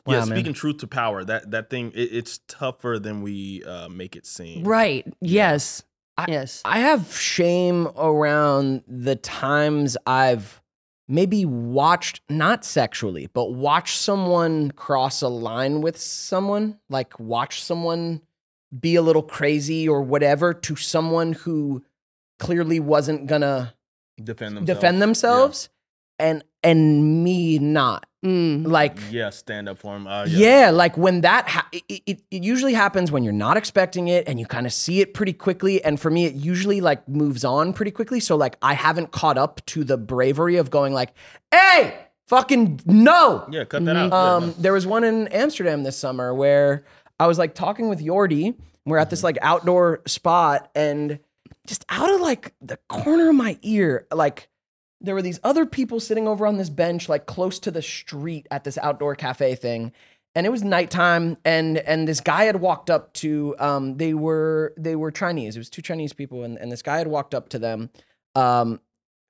A: Wow, man.
B: speaking truth to power, that that thing it, it's tougher than we uh, make it seem.
C: right,
B: Yeah.
C: yes, yes,
A: I have shame around the times I've maybe watched, not sexually, but watched someone cross a line with someone, like watch someone be a little crazy or whatever to someone who clearly wasn't gonna
B: Defend themselves.
A: defend themselves and and me not.
C: Mm,
A: Like
B: Yeah, stand up for him. Uh, yeah.
A: yeah. like when that ha- it, it, it usually happens when you're not expecting it and you kind of see it pretty quickly and for me it usually like moves on pretty quickly so like I haven't caught up to the bravery of going like hey fucking no
B: Yeah, cut that out. Yeah,
A: um, there was one in Amsterdam this summer where I was like talking with Yordi. We're at this like outdoor spot, and just out of like the corner of my ear, like there were these other people sitting over on this bench, like close to the street at this outdoor cafe thing. And it was nighttime, and and this guy had walked up to um they were they were Chinese. It was two Chinese people, and, and this guy had walked up to them, um,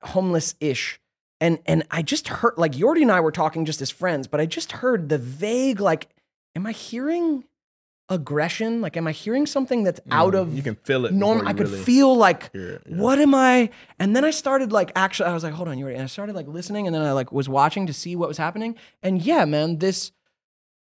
A: homeless ish, and and I just heard like Yordi and I were talking just as friends, but I just heard the vague like, am I hearing aggression? Like, am I hearing something that's out
B: Mhm.
A: of
B: you can feel it.
A: norm?
B: before
A: I
B: you
A: could
B: really
A: feel like
B: hear it, yeah.
A: what am I? And then I started like actually, I was like, hold on, Yordi, and I started like listening, and then I like was watching to see what was happening, and yeah, man, this.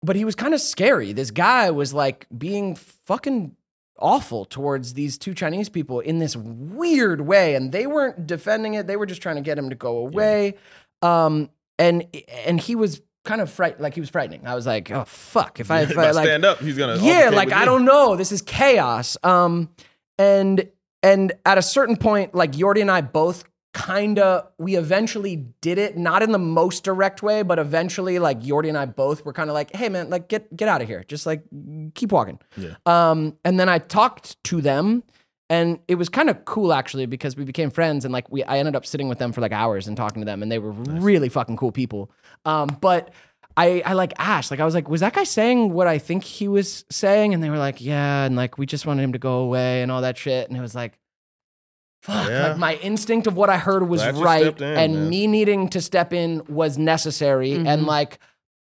A: But he was kind of scary. This guy was like being fucking awful towards these two Chinese people in this weird way, and they weren't defending it. They were just trying to get him to go away. Um, and and he was kind of fright, like he was frightening. I was like, oh fuck, if I, if
B: If
A: I
B: I
A: like
B: stand up, he's gonna.
A: yeah
B: altercate
A: like
B: with
A: i
B: you.
A: don't know this is chaos um and and at a certain point like yordi and i both kinda we eventually did it not in the most direct way but eventually like yordi and i both were kind of like hey man like get get out of here just like keep walking
B: Yeah.
A: um and then i talked to them and it was kind of cool actually because we became friends and like we I ended up sitting with them for like hours and talking to them and they were really fucking cool people. Um, but I I like asked like I was like was that guy saying what I think he was saying and they were like yeah and like we just wanted him to go away and all that shit and it was like fuck,
B: Yeah.
A: like my instinct of what I heard was
B: Glad you
A: right,
B: stepped in,
A: and
B: man.
A: me needing to step in was necessary. And
C: Mhm.
A: like,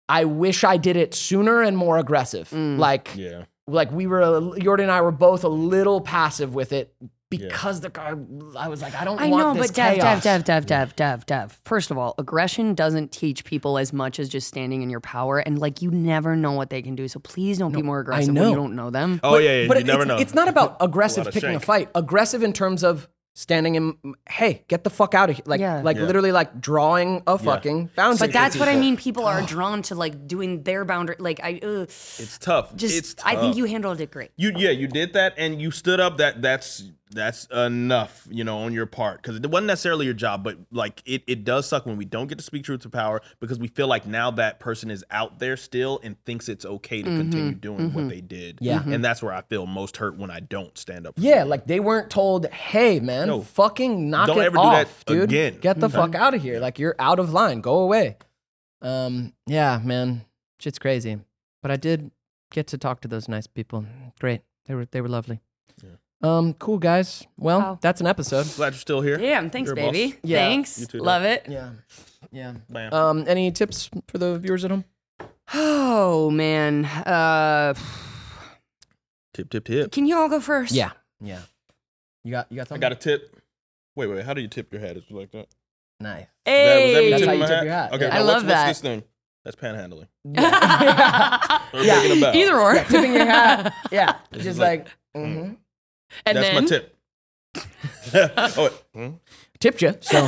A: I wish I did it sooner and more aggressive.
C: Mm.
A: Like,
B: Yeah.
A: like we were, a- Jordan and I were both a little passive with it because the car. I was like, I don't
C: I know,
A: want this
C: but Dev, Dev,
A: chaos.
C: Dev, Dev, Dev, Dev, Dev. First of all, aggression doesn't teach people as much as just standing in your power, and like you never know what they can do. So please don't be more aggressive when
A: know.
C: you don't know them.
B: Oh
A: But-
B: yeah, yeah.
A: but
B: you
A: it-
B: never
A: it's,
B: know.
A: It's not about aggressive
B: of
A: picking a
B: shank.
A: fight. Aggressive in terms of standing in. Hey, get the fuck out of here! Like,
C: Yeah.
A: like
B: Yeah.
A: literally, like drawing a fucking boundary.
C: But that's what I mean. People are drawn to like doing their boundary. Like I uh,
B: It's tough.
C: just,
B: it's tough.
C: I think you handled it great.
B: you yeah you did that and you stood up that that's that's enough you know on your part because it wasn't necessarily your job but like it, it does suck when we don't get to speak truth to power because we feel like now that person is out there still and thinks it's okay to continue doing what they did
A: Mm-hmm. Yeah. Mhm.
B: and that's where i feel most hurt when i don't stand up for
A: Yeah,
B: them.
A: like they weren't told, "Hey, man,
B: No.
A: fucking knock
B: Don't
A: it
B: ever do that
A: off, dude.
B: again."
A: Get the fuck out of here. Like you're out of line. Go away." Um, yeah, man, shit's crazy. But I did get to talk to those nice people. Great, they were they were lovely. Um, cool guys. Well,
C: Wow.
A: that's an episode.
B: glad you're still here
C: Damn, thanks,
B: You're a boss.
C: baby.
A: Yeah.
C: Thanks,
B: You too,
C: love it.
A: Yeah, yeah.
B: Bam.
A: Um, any tips for the viewers at home?
C: Oh man, uh,
B: tip tip tip
C: can you all go first?
A: Yeah, yeah. You got you got
B: i
A: something.
B: got a tip wait wait how do you tip your hat is it like that
A: nice.
B: That-
C: Hey,
B: was
A: That's
B: that me
A: how you
B: tipping my
A: tip
B: hat?
A: your hat.
B: okay
A: Yeah.
B: now
C: I
B: what's,
C: love
B: what's
C: that.
B: this thing that's panhandling Or
A: Yeah.
B: making a bow.
C: Either or.
A: Tipping your hat. Yeah,
B: This
A: just
B: is
A: like.
B: like- mm-hmm.
A: mhm.
C: And
B: that's
C: then
B: my tip oh wait. Hmm?
A: Tipped you, so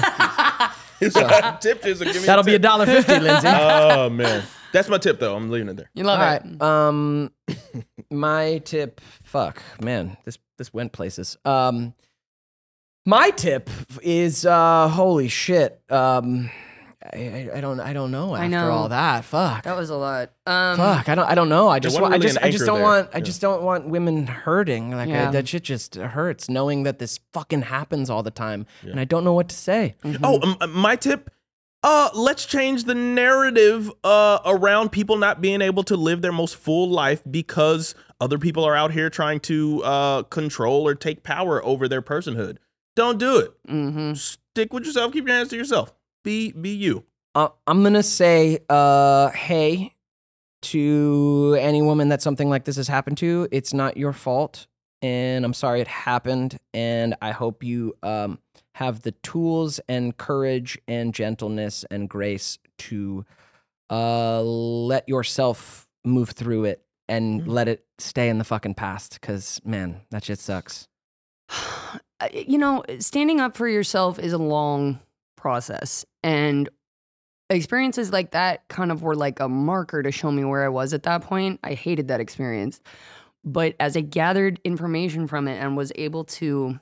B: tip is a give me
A: that'll be a
B: tip.
A: dollar fifty, Lindsay.
B: oh man, that's my tip though. I'm leaving it there.
C: you love
A: All
C: it.
A: right. Um, my tip. Fuck, man, this this went places. Um, my tip is uh, holy shit. Um, I, I, I don't I don't know after
C: know.
A: all that. Fuck.
C: That was a lot. Um,
A: Fuck, I don't, I don't know. I just,
B: wasn't
A: wa- I
B: really
A: just,
B: an
A: I just
B: anchor
A: don't
B: there.
A: want, I
B: Yeah.
A: just don't want women hurting. Like I-
C: Yeah.
A: that shit just hurts knowing that this fucking happens all the time, and I don't know what to say.
C: Mm-hmm.
B: Oh, um, uh, my tip. Uh, let's change the narrative uh, around people not being able to live their most full life because other people are out here trying to uh, control or take power over their personhood. Don't do it.
C: Mhm.
B: Stick with yourself. Keep your hands to yourself. Be be you.
A: Uh, I'm gonna say, uh, hey, to any woman that something like this has happened to, it's not your fault, and I'm sorry it happened, and I hope you um have the tools and courage and gentleness and grace to uh let yourself move through it and
B: Mm.
C: Mm-hmm.
A: let it stay in the fucking past because man that shit sucks
C: Uh, You know, standing up for yourself is a long process, and experiences like that kind of were like a marker to show me where I was at that point. I hated that experience, but as I gathered information from it and was able to.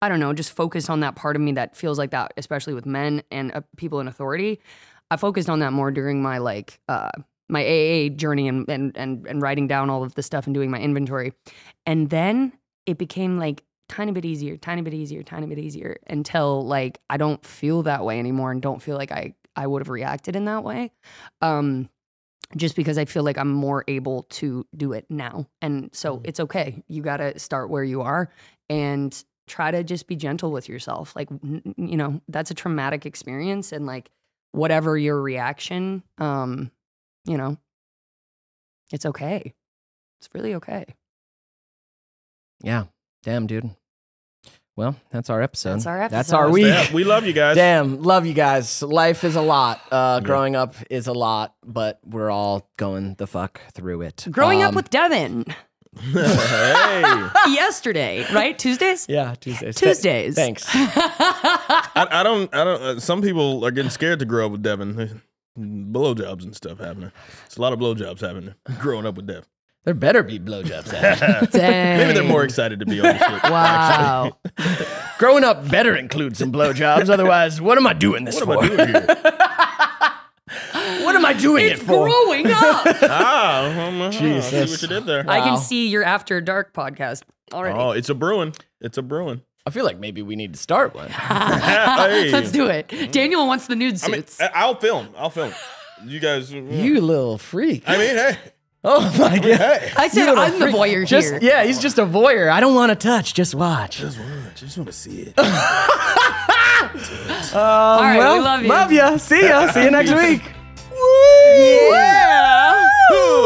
C: I don't know, just focus on that part of me that feels like that, especially with men and uh, people in authority. I focused on that more during my like uh, my AA journey and, and and and writing down all of the stuff and doing my inventory, and then it became like tiny bit easier, tiny bit easier, tiny bit easier until like I don't feel that way anymore and don't feel like I I would have reacted in that way. Um just because I feel like I'm more able to do it now. And so it's okay. You got to start where you are and try to just be gentle with yourself. Like n- n- you know, that's a traumatic experience and like whatever your reaction um you know, it's okay. It's really okay.
A: yeah damn dude well that's our episode
C: That's our
A: that's our
C: episode.
A: week
B: Yeah, we love you guys.
A: Damn, love you guys. Life is a lot. Uh, growing up is a lot, but we're all going the fuck through it.
C: Growing up
A: Um,
C: with Devin.
B: hey.
C: yesterday, right? Tuesdays?
A: yeah, Tuesdays. Th-
C: Tuesdays.
A: Thanks.
B: I, I don't. I don't. Uh, some people are getting scared to grow up with Devin. Blowjobs and stuff happening. It's a lot of blowjobs happening. Growing up with Dev.
A: There better be blowjobs. eh? happening.
B: Maybe they're more excited to be on this shit.
C: Wow.
A: Growing up better include some blowjobs. Otherwise, what am I doing this
B: What am I
A: for?
B: doing here?
A: what am I doing it for?
C: Growing up.
B: ah, um, uh-huh. I see
A: Jesus.
B: what you did there.
C: I
A: Wow.
C: can see your After Dark podcast already.
B: Oh, it's a brewing. It's a brewing.
A: I feel like maybe we need to start one.
B: Hey.
C: Let's do it.
D: Mm-hmm.
C: Daniel wants the nude
B: I mean,
C: suits.
B: I- I'll film. I'll film. You guys. uh,
A: You little freak.
B: I mean, hey.
D: Oh my god.
C: I said
D: Little
C: I'm the
D: freak.
C: voyeur
D: Just
C: here.
D: yeah, he's just a voyeur. I don't want to touch. Just watch.
B: Just want, just want to see it.
C: All right,
D: well,
C: we love you.
D: Love ya. See ya. See you next week.
B: yeah.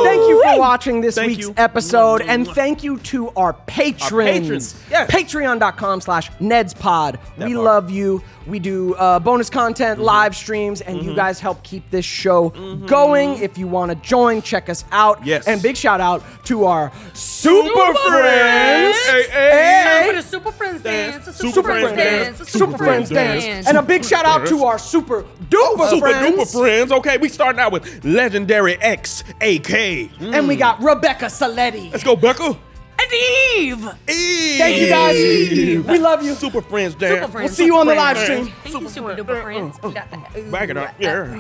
D: Thank you for watching this
B: Thank
D: week's
B: you.
D: episode, and thank you to our patrons.
B: patrons, yes.
D: Patreon.com slash NedsPod. we
B: part.
D: love you. We do uh, bonus content, live streams, and you guys help keep this show going. If you want to join, check us out.
B: Yes.
D: And big shout out to our super, friends.
B: Hey,
D: Hey.
B: hey.
C: It's a super friends dance. It's a
B: Super
C: super friends
B: friends dance.
C: dance. It's a
D: Super Friends
B: Friends
D: Dance. And uh, a big shout out to our super duper
B: Super
D: friends.
B: duper friends. Okay, we starting out with legendary X, AK.
D: And we got Rebecca Saletti.
B: Let's go, Becca.
C: And Eve.
D: Thank you guys. We love you.
B: Super friends, Dan.
C: Super friends.
D: See you on the live
B: friends.
D: stream.
C: Thank you, super duper friends.
B: Back it up. Yeah.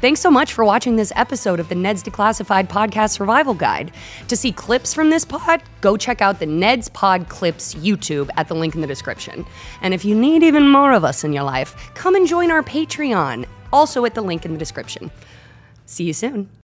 C: Thanks so much for watching this episode of the Ned's Declassified Podcast Survival Guide. To see clips from this pod, go check out the Ned's Pod Clips YouTube at the link in the description. And if you need even more of us in your life, come and join our Patreon, also at the link in the description. See you soon.